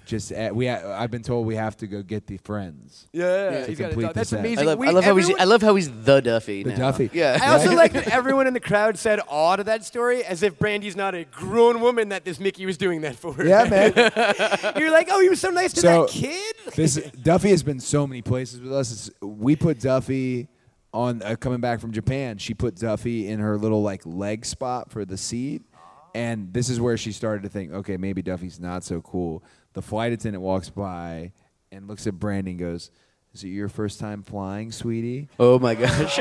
S4: Just at, we, ha- I've been told we have to go get the friends.
S2: Yeah,
S4: To he's got a complete dog. the That's
S2: That's
S4: set.
S2: amazing.
S4: amazing.
S3: I love, I love how he's I love how he's the Duffy.
S4: The
S3: now.
S4: Duffy.
S3: Yeah.
S2: [laughs] I also like
S3: [laughs]
S2: that everyone in the crowd said aw to that story as if Brandy's not a grown woman that this Mickey was doing that for.
S4: Yeah, man.
S2: [laughs]
S4: [laughs]
S2: You're like, oh, he was so nice to
S4: So-
S2: that kid?
S4: this Duffy has been so many places with us. It's, we put Duffy on uh, coming back from Japan. She put Duffy in her little like leg spot for the seat, and this is where she started to think, okay, maybe Duffy's not so cool. The flight attendant walks by and looks at Brandy and goes, "Is it your first time flying, sweetie?"
S3: Oh my gosh.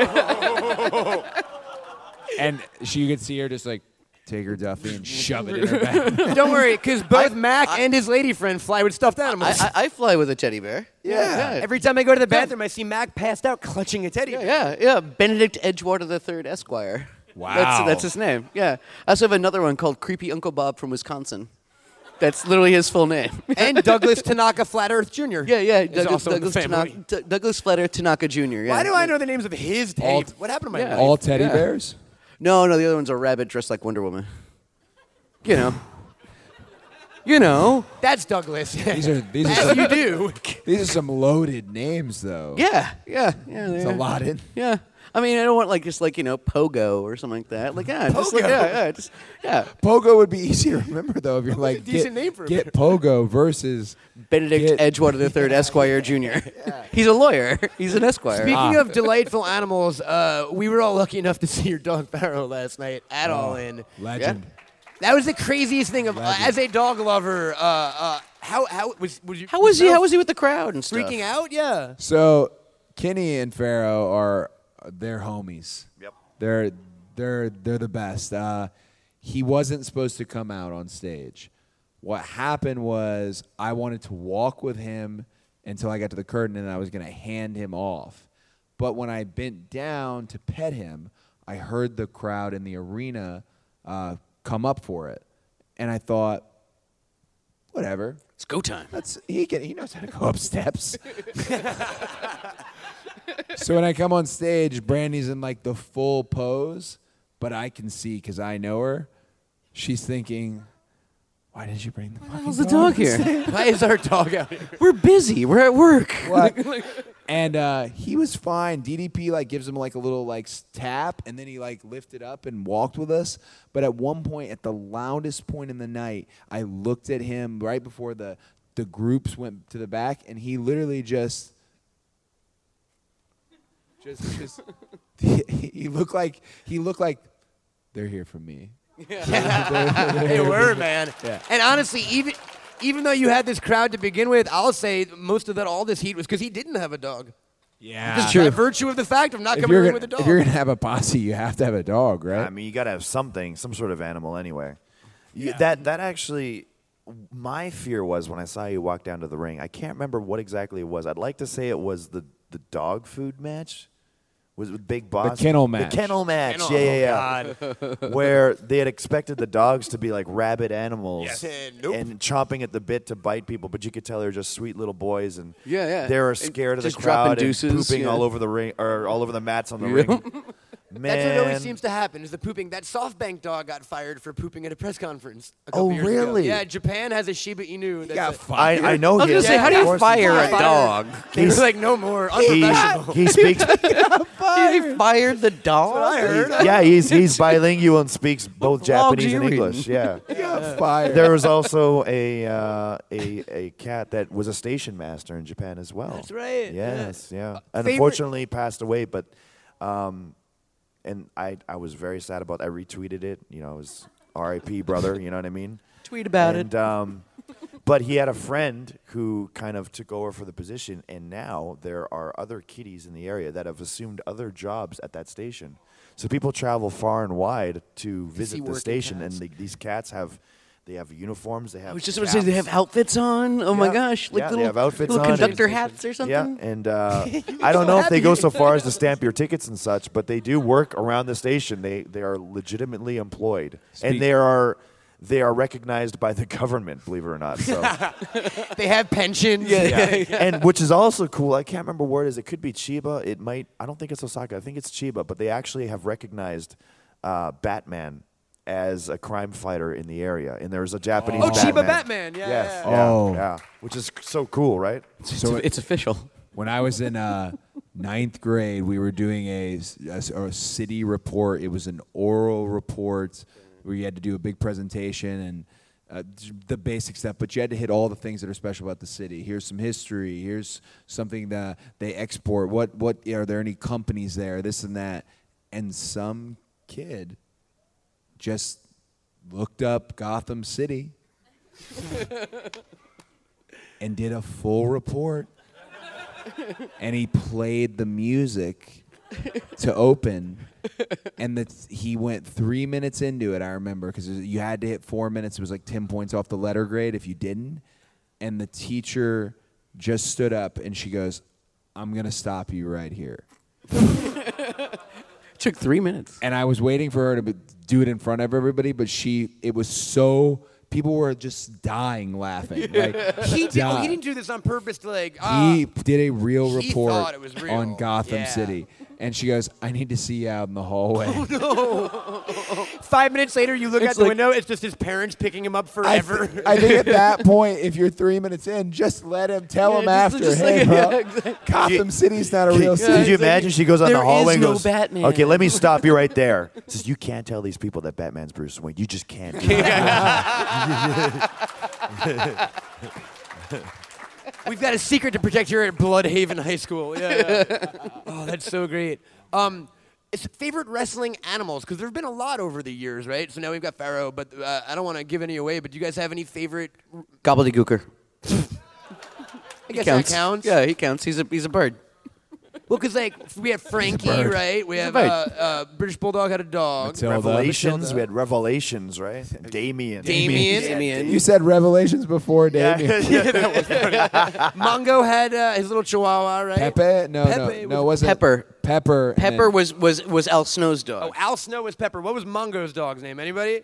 S4: And she could see her just like take her Duffy and shove it in her back.
S2: [laughs] Don't worry, because both
S3: I-
S2: Mac
S3: I-
S2: and his lady friend fly with stuffed animals.
S3: I, I, I fly with a teddy bear.
S2: [laughs] yeah. Every time I go to the bathroom, I see Mac passed out clutching a teddy.
S3: Yeah,
S2: bear.
S3: yeah, yeah. Benedict Edgewater III Esquire.
S4: Wow.
S3: That's, that's his name. Yeah. I also have another one called Creepy Uncle Bob from Wisconsin. That's literally his full name.
S2: [laughs] And Douglas Tanaka Flat Earth Jr.
S3: [laughs] yeah, yeah.
S2: is also in the
S3: Douglas,
S2: family.
S3: Tanaka, D- Douglas Flatter Tanaka Jr. Yeah.
S2: Why do I know the names of his
S4: All-
S2: tapes? What happened to my
S3: [laughs] Yeah.
S2: life?
S4: All teddy
S3: Yeah.
S4: bears.
S3: No, no. The other one's a rabbit dressed like Wonder Woman. You know. you know.
S2: That's Douglas.
S4: These are these are
S2: As
S4: some,
S2: you
S4: [laughs]
S2: do.
S4: these are some loaded names though.
S3: Yeah, yeah, yeah.
S4: it's
S3: yeah.
S4: a lot in.
S3: Yeah. I mean, I don't want like just like you know pogo or something like that. Like yeah, just like
S2: Pogo?
S3: yeah, yeah, just yeah.
S4: Pogo would be [laughs] easy to remember though if you're like
S2: decent
S4: get,
S2: name for a
S4: get
S2: [laughs]
S4: Pogo versus
S3: Benedict
S4: Get-
S3: Edgewater [laughs] III, Esquire Jr. He's a lawyer. He's an Esquire. Ah.
S2: Speaking of delightful animals, uh, we were all lucky enough to see your dog Pharaoh last night at
S4: Oh.
S2: All In.
S4: legend.
S2: That was the craziest thing of as a dog lover. Uh, uh, how how was was you,
S3: how was he?
S2: Pharaoh
S3: How was he with the crowd and stuff?
S2: freaking out?
S4: [laughs]
S2: Yeah.
S4: So Kenny and Pharaoh are their homies.
S5: Yep.
S4: They're they're they're the best. Uh, he wasn't supposed to come out on stage. What happened was I wanted to walk with him until I got to the curtain and I was going to hand him off. But when I bent down to pet him, I heard the crowd in the arena uh, come up for it. And I thought, whatever.
S3: It's go time.
S4: That's he can he knows how to go up steps. so when I come on stage, Brandy's in like the full pose, but I can see because I know her. She's thinking, "Why did you bring the fucking
S3: How's the dog [laughs]
S4: on stage?"
S3: here?
S2: Why is our dog out here?
S3: We're busy. We're at work.
S2: [laughs]
S4: What? and uh, he was fine. DDP like gives him like a little like s- tap, and then he like lifted up and walked with us. But at one point, at the loudest point in the night, I looked at him right before the the groups went to the back, and he literally just just just [laughs] he, he looked like he looked like they're here for me. [laughs]
S2: They were man. And honestly, even even though you had this crowd to begin with, I'll say most of that all this heat was because he didn't have a dog.
S4: Yeah,
S2: Just by virtue of the fact of not
S4: If
S2: coming
S4: you're,
S2: in
S4: gonna,
S2: with a dog.
S4: if you're gonna have a posse, you have to have a dog, right?
S5: I mean, you got to have something, some sort of animal anyway. You- That that actually, my fear was when I saw you walk down to the ring. I can't remember what exactly it was. I'd like to say it was the the dog food match. Was it Big Boss?
S4: kennel match.
S5: The kennel match.
S2: Kennel-
S5: yeah,
S2: oh,
S5: yeah, yeah. [laughs] Where they had expected the dogs to be like rabid animals
S2: Yes. Eh, nope.
S5: and chomping at the bit to bite people, but you could tell they were just sweet little boys and
S3: Yeah, yeah.
S5: they
S3: And
S5: were scared of the
S3: just dropping
S5: crowd
S3: deuces,
S5: and pooping
S3: yeah. [laughs]
S5: all over the ring or all over the mats on the ring. Man.
S2: That's what always seems to happen is the pooping. That SoftBank dog got fired for pooping at a press conference. A couple
S5: Oh,
S2: years ago.
S5: really?
S2: Yeah, Japan has a Shiba Inu. That's
S4: got
S2: a-
S5: I, I know.
S3: I was
S5: he
S3: gonna
S5: is.
S3: say, how do
S5: Of
S3: you
S5: course
S3: fire
S5: he
S3: a
S5: did.
S3: dog?
S2: They were like, no more. Unprofessional.
S5: He, he [laughs]
S3: [laughs]
S5: speaks.
S3: He fired the dog.
S5: yeah, he's he's bilingual and speaks both
S3: blog do
S5: Japanese and
S3: you
S5: English. Yeah.
S4: got fired.
S5: There was also a uh, a a cat that was a station master in Japan as well.
S2: That's right, yeah.
S5: Yes,
S3: Uh,
S5: yeah. And
S2: favorite-
S5: unfortunately passed away, but um and I I was very sad about that. I retweeted it, you know, I was RIP brother, you know what I mean?
S3: Tweet about
S5: and,
S3: it.
S5: Um, but he had a friend who kind of took over for the position, and now there are other kitties in the area that have assumed other jobs at that station. So people travel far and wide to visit the
S2: working
S5: station,
S2: cats.
S5: and the, these cats have they have uniforms. They have.
S3: I was just about to say they have
S5: caps.
S3: outfits on. Oh my
S5: Yeah.
S3: gosh, like
S5: Yeah, they
S3: little,
S5: have outfits
S3: little
S5: on and-
S3: conductor hats or
S5: Yeah,
S3: something. [laughs]
S5: and uh, I don't know if they go so far as to stamp your tickets and such, but they do work around the station. They they are legitimately employed, and they are they are recognized by the [laughs] government, believe it or not.
S3: [laughs]
S5: So.
S2: they have pensions. Yeah,
S5: and which is also cool. I can't remember where it is. It could be Chiba. It might. I don't think it's Osaka. I think it's Chiba. But they actually have recognized uh, Batman as a crime fighter in the area, and there's a Japanese.
S2: Oh,
S5: Batman.
S2: Chiba Batman. Yeah,
S5: Yes.
S2: yeah.
S5: Yeah,
S4: Oh.
S5: yeah. Which is so cool, right?
S4: So
S3: it's, it's official.
S4: when I was in uh, ninth grade, we were doing a, s- a s- a city report. It was an oral report where you had to do a big presentation and uh, j- the basic stuff, but you had to hit all the things that are special about the city. Here's some history. Here's something that they export. What what are there any companies there? This and that. And some kid just looked up Gotham City and did a full report and he played the music to open and the, he went three minutes into it i remember because you had to hit four minutes it was like 10 points off the letter grade if you didn't and the teacher just stood up and she goes i'm going to stop you right here
S3: took three minutes.
S4: and I was waiting for her to be- do it in front of everybody, but she it was so people were just dying laughing. Like
S2: [laughs] He, did, oh,
S4: die-
S2: he didn't do this on purpose to like. ah,
S4: He did a real
S2: He thought
S4: report
S2: it was real.
S4: on Gotham
S2: Yeah.
S4: City, and she goes, "I need to see you out in the hallway."
S2: Five minutes later, you look
S3: It's
S2: out the
S3: like-
S2: window. It's just his parents picking him up
S4: I,
S2: forever.
S4: thi- I think at that point, if you're three minutes in, just let him tell him
S3: Yeah, just-
S4: after,
S3: just
S4: "Hey,
S3: like-
S4: bro,
S3: yeah, exactly.
S4: Gotham City's not a
S5: Could-
S4: real
S5: could
S4: city."
S5: you imagine? She goes on
S3: There
S5: the hallway
S3: is
S5: and
S3: no
S5: goes,
S3: Batman.
S5: "Okay, let me stop you right there." [laughs] Says, "You can't tell these people that Batman's Bruce Wayne. You just can't." do that."
S2: [laughs] We've got a secret to protect here at Bloodhaven High School. Yeah. yeah. oh, that's so great. Um, it's favorite wrestling animals because there have been a lot over the years, right? So now we've got Pharaoh, but uh, I don't want to give any away. But do you guys have any favorite?
S3: Gobbledygooker.
S2: I
S3: He
S2: guess
S3: counts.
S2: that counts.
S3: Yeah, he counts. He's a he's a [laughs] bird.
S2: Well, because like we had Frankie,
S4: bird.
S2: right? We have uh,
S3: bird.
S2: uh, British Bulldog had a dog.
S4: Matilda.
S5: Revelations. We had Revelations, right? Damien.
S2: Damien.
S3: Damien.
S4: You said Revelations before, Damien.
S5: [laughs]
S2: Mongo had uh, his little Chihuahua, right?
S4: Pepe? No,
S2: Pepe
S4: no, no,
S2: was-
S4: it wasn't
S3: Pepper.
S4: Pepper. and
S3: Pepper
S4: then-
S3: was was was Al Snow's dog.
S2: Oh, Al Snow was Pepper. What was Mongo's dog's name? Anybody?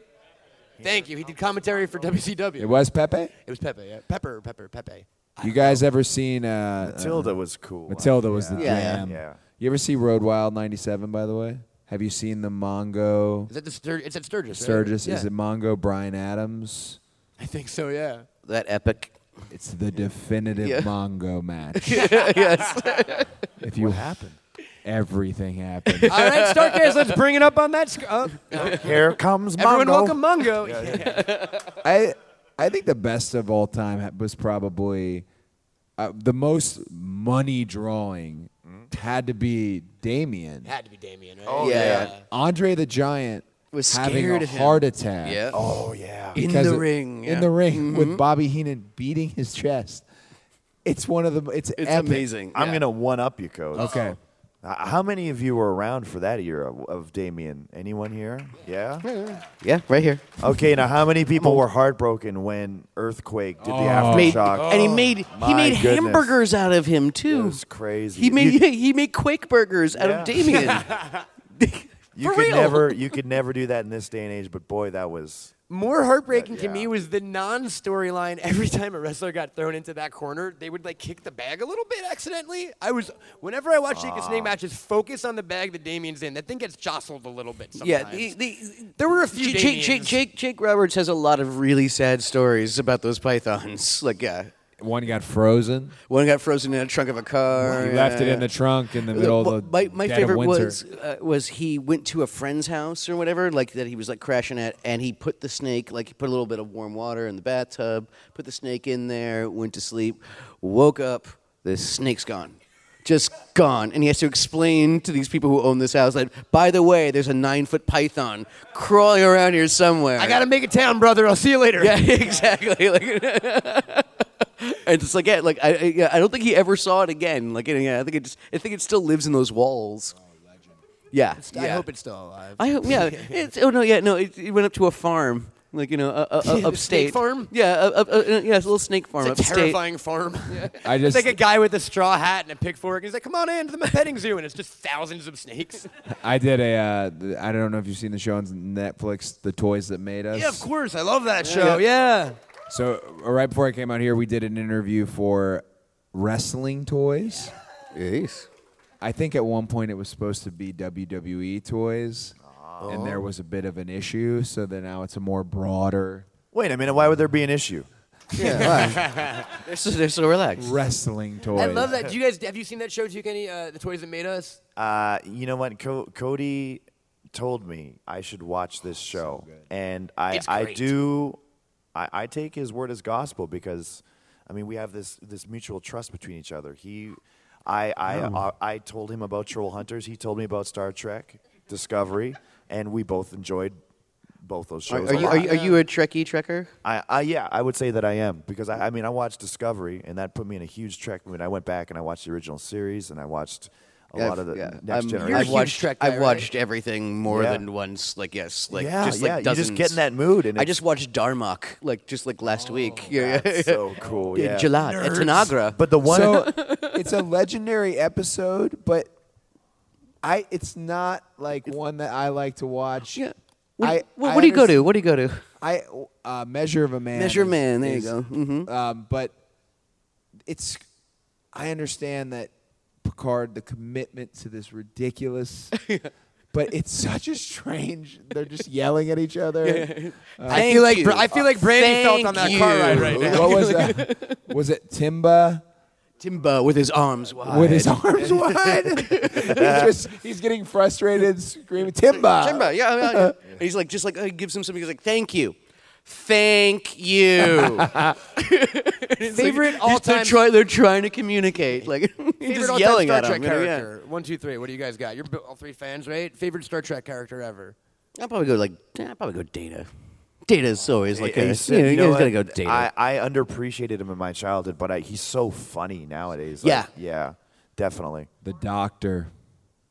S2: Thank you. He did commentary for WCW.
S4: It was Pepe.
S2: It was Pepe. Yeah. Pepper. Pepper. Pepe.
S4: You guys ever seen uh,
S5: Matilda was cool.
S4: Matilda was the
S3: Yeah.
S4: jam.
S5: Yeah.
S4: You ever see Road Wild '97? By the way, have you seen the Mongo
S2: Is that the Stur- It's at Sturgis. right?
S4: Sturgis?
S2: Yeah.
S4: Is it Mongo Brian Adams?
S2: I think so. Yeah.
S3: that epic.
S4: It's the definitive
S3: Yeah. [laughs]
S4: Mongo match.
S3: yes.
S4: If you
S5: happened.
S4: everything happened.
S2: All right, Starcast, let's bring it up on that. Sc- uh,
S5: Here comes
S2: everyone,
S5: Mongo.
S2: welcome Mongo.
S3: [laughs]
S4: I I think the best of all time ha- was probably uh, the most money drawing
S3: Mm-hmm.
S4: had to be Damien.
S2: Had to be Damien, right?
S5: Oh,
S3: yeah. yeah.
S4: Andre the Giant
S3: Was
S4: having
S3: scared
S4: a
S3: of him.
S4: heart attack.
S3: Yeah.
S5: Oh yeah.
S3: In
S4: because
S3: the
S4: it-
S3: ring,
S4: in
S3: yeah. Mm-hmm.
S4: the ring with Bobby Heenan beating his chest. It's one of the. It's,
S3: It's
S4: epic.
S3: amazing. Oh.
S5: I'm
S3: yeah.
S5: gonna one up you, Coach.
S4: Okay.
S5: Uh, how many of you were around for that era of- of Damien? Anyone here? Yeah.
S3: Yeah, right here.
S5: Okay. Now, how many people were heartbroken when Earthquake did the
S3: Oh. Made-
S5: aftershock?
S3: and he made
S5: Oh, my
S3: he made
S5: goodness.
S3: hamburgers out of him too.
S5: It was
S3: [laughs]
S5: crazy.
S3: He made
S5: You- [laughs]
S3: he made quake burgers out of
S5: Yeah.
S3: Damien.
S5: You
S2: For
S5: could
S2: real.
S5: never you could never do that in this day and age, but boy, that was
S2: More heartbreaking to
S5: Yeah.
S2: me was the non-storyline. Every time a wrestler got thrown into that corner, they would like kick the bag a little bit accidentally. I was whenever I watch Jake and Snake matches, focus on the bag that Damien's in. That thing gets jostled a little bit. Sometimes.
S3: Yeah, the, the,
S2: there were a few.
S3: Jake, Jake,
S2: Damiens.
S3: Jake, Jake Roberts has a lot of really sad stories about those pythons. [laughs] Like, yeah,
S6: One got frozen.
S3: one got frozen in a trunk of a
S2: Oh,
S3: car.
S6: He left
S3: yeah,
S6: it in the
S3: yeah.
S6: trunk in the middle
S3: Well,
S6: of the
S3: my my
S6: dead of
S3: favorite
S6: winter.
S3: was uh, was he went to a friend's house or whatever like that he was like crashing at and he put the snake like he put a little bit of warm water in the bathtub put the snake in there went to sleep woke up the snake's gone just gone and he has to explain to these people who own this house that by the way there's a nine foot python crawling around here somewhere
S2: I gotta make it town, brother. I'll see you later.
S3: [laughs] yeah exactly like [laughs] and it's like yeah like I, I yeah, I don't think he ever saw it again like yeah, I think it just I think it still lives in those walls yeah,
S2: [laughs] I
S3: yeah.
S2: hope Oh, it's still alive.
S3: I hope,
S2: [laughs]
S3: yeah. It's, oh no, yeah, no. It, it went up to a farm, like you know, uh, uh,
S2: [laughs] Snake
S3: uh, upstate
S2: farm?
S3: Yeah, uh, uh, uh, yeah, it's a little snake farm
S2: It's a
S3: upstate.
S2: terrifying farm.
S6: I
S2: It's
S6: just
S2: like a guy with a straw hat and a pitchfork. He's like, "Come on in to the petting zoo," and it's just thousands of [laughs] snakes.
S4: I did a. Uh, th- I don't know if you've seen the show on Netflix, The Toys That Made Us.
S2: yeah, of course. I love that show. Yeah.
S4: So uh, right before I came out here, we did an interview for wrestling toys. I think at one point it was supposed to be WWE toys, and
S2: Oh.
S4: there was a bit of an issue. So then now it's a more broader
S5: wait a minute, why would there be an issue?
S3: They're so, they're so relaxed.
S4: wrestling toys.
S2: I love that. Do you guys have you seen that show too, Kenny? Uh, the toys that made us.
S5: Uh, you know what? Co- Cody told me I should watch this show, and I,
S2: It's
S5: I
S2: great.
S5: do. I, I take his word as gospel because, I mean, we have this this mutual trust between each other. He, I, I,
S3: Oh.
S5: uh, I told him about Troll Hunters. He told me about Star Trek Discovery, and we both enjoyed both those
S3: Are,
S5: shows.
S3: are
S5: a
S3: you
S5: lot.
S3: are, you- are you a Trekkie trekker?
S5: I, I yeah, I would say that I am because I, I mean I watched Discovery and that put me in a huge trek. I mean I went back and I watched the original series and I watched a lot of the next
S3: I'm-
S5: generation.
S3: I've [laughs] watched.
S2: Trek guy,
S3: I've
S2: right?
S3: watched everything more
S5: Yeah.
S3: than once. Like yes, like
S5: Yeah,
S3: just like
S5: yeah, you just
S3: dozens.
S5: get in that mood and
S3: I
S5: it's-
S3: just watched Darmok, like just like last week. Yeah, [laughs] yeah.
S5: That's so cool.
S3: In
S5: Yeah.
S3: Gillette, at Tanagra.
S5: But the one [laughs]
S4: So
S3: [laughs]
S4: it's a legendary episode, but I it's not like one that I like to watch.
S3: yeah. What,
S4: I-
S3: what,
S4: I
S3: what do you go
S4: underst-
S3: to? What do you go to?
S4: I uh, measure of a man.
S3: Measure of
S4: is-
S3: Man, there you
S4: is,
S3: go. Mhm.
S4: Um, but it's. I understand that Picard, the commitment to
S3: [laughs]
S4: this ridiculous. But it's such a strange. They're just yelling at
S3: [laughs]
S4: each other.
S2: I feel like
S3: you.
S2: Bra- I feel like Brandy felt on that
S3: Thank
S2: car ride right
S3: you.
S2: now.
S3: [laughs]
S4: what was that? Was it Timba
S3: Timba with his arms wide.
S4: with his
S3: [laughs]
S4: arms wide? [laughs] he's just he's getting frustrated, screaming Timba.
S3: Timba, yeah, yeah, yeah.
S5: [laughs]
S3: And he's like, just like, uh, gives him something. He's like, thank you. Thank
S5: [laughs]
S3: you.
S2: Favorite
S3: He's-
S2: all-time-
S3: They're, try, they're trying to communicate.
S5: [laughs]
S3: Like, [laughs] he's
S2: Favorite
S3: just
S2: all-time
S3: yelling
S2: Star
S3: at
S2: Trek
S3: him. you know, yeah.
S2: character. One, two, three. What do you guys got? You're bo- all three fans, right? Favorite Star Trek character ever.
S3: I'll probably go like, I'll probably go Data. Data's always like, a,
S5: He said-
S3: you know,
S5: you
S3: you
S5: know
S3: guys
S5: what?
S3: gotta go Data.
S5: I, I underappreciated him in my childhood, but I, he's so funny nowadays.
S3: Yeah.
S5: Like, yeah, definitely.
S4: The Doctor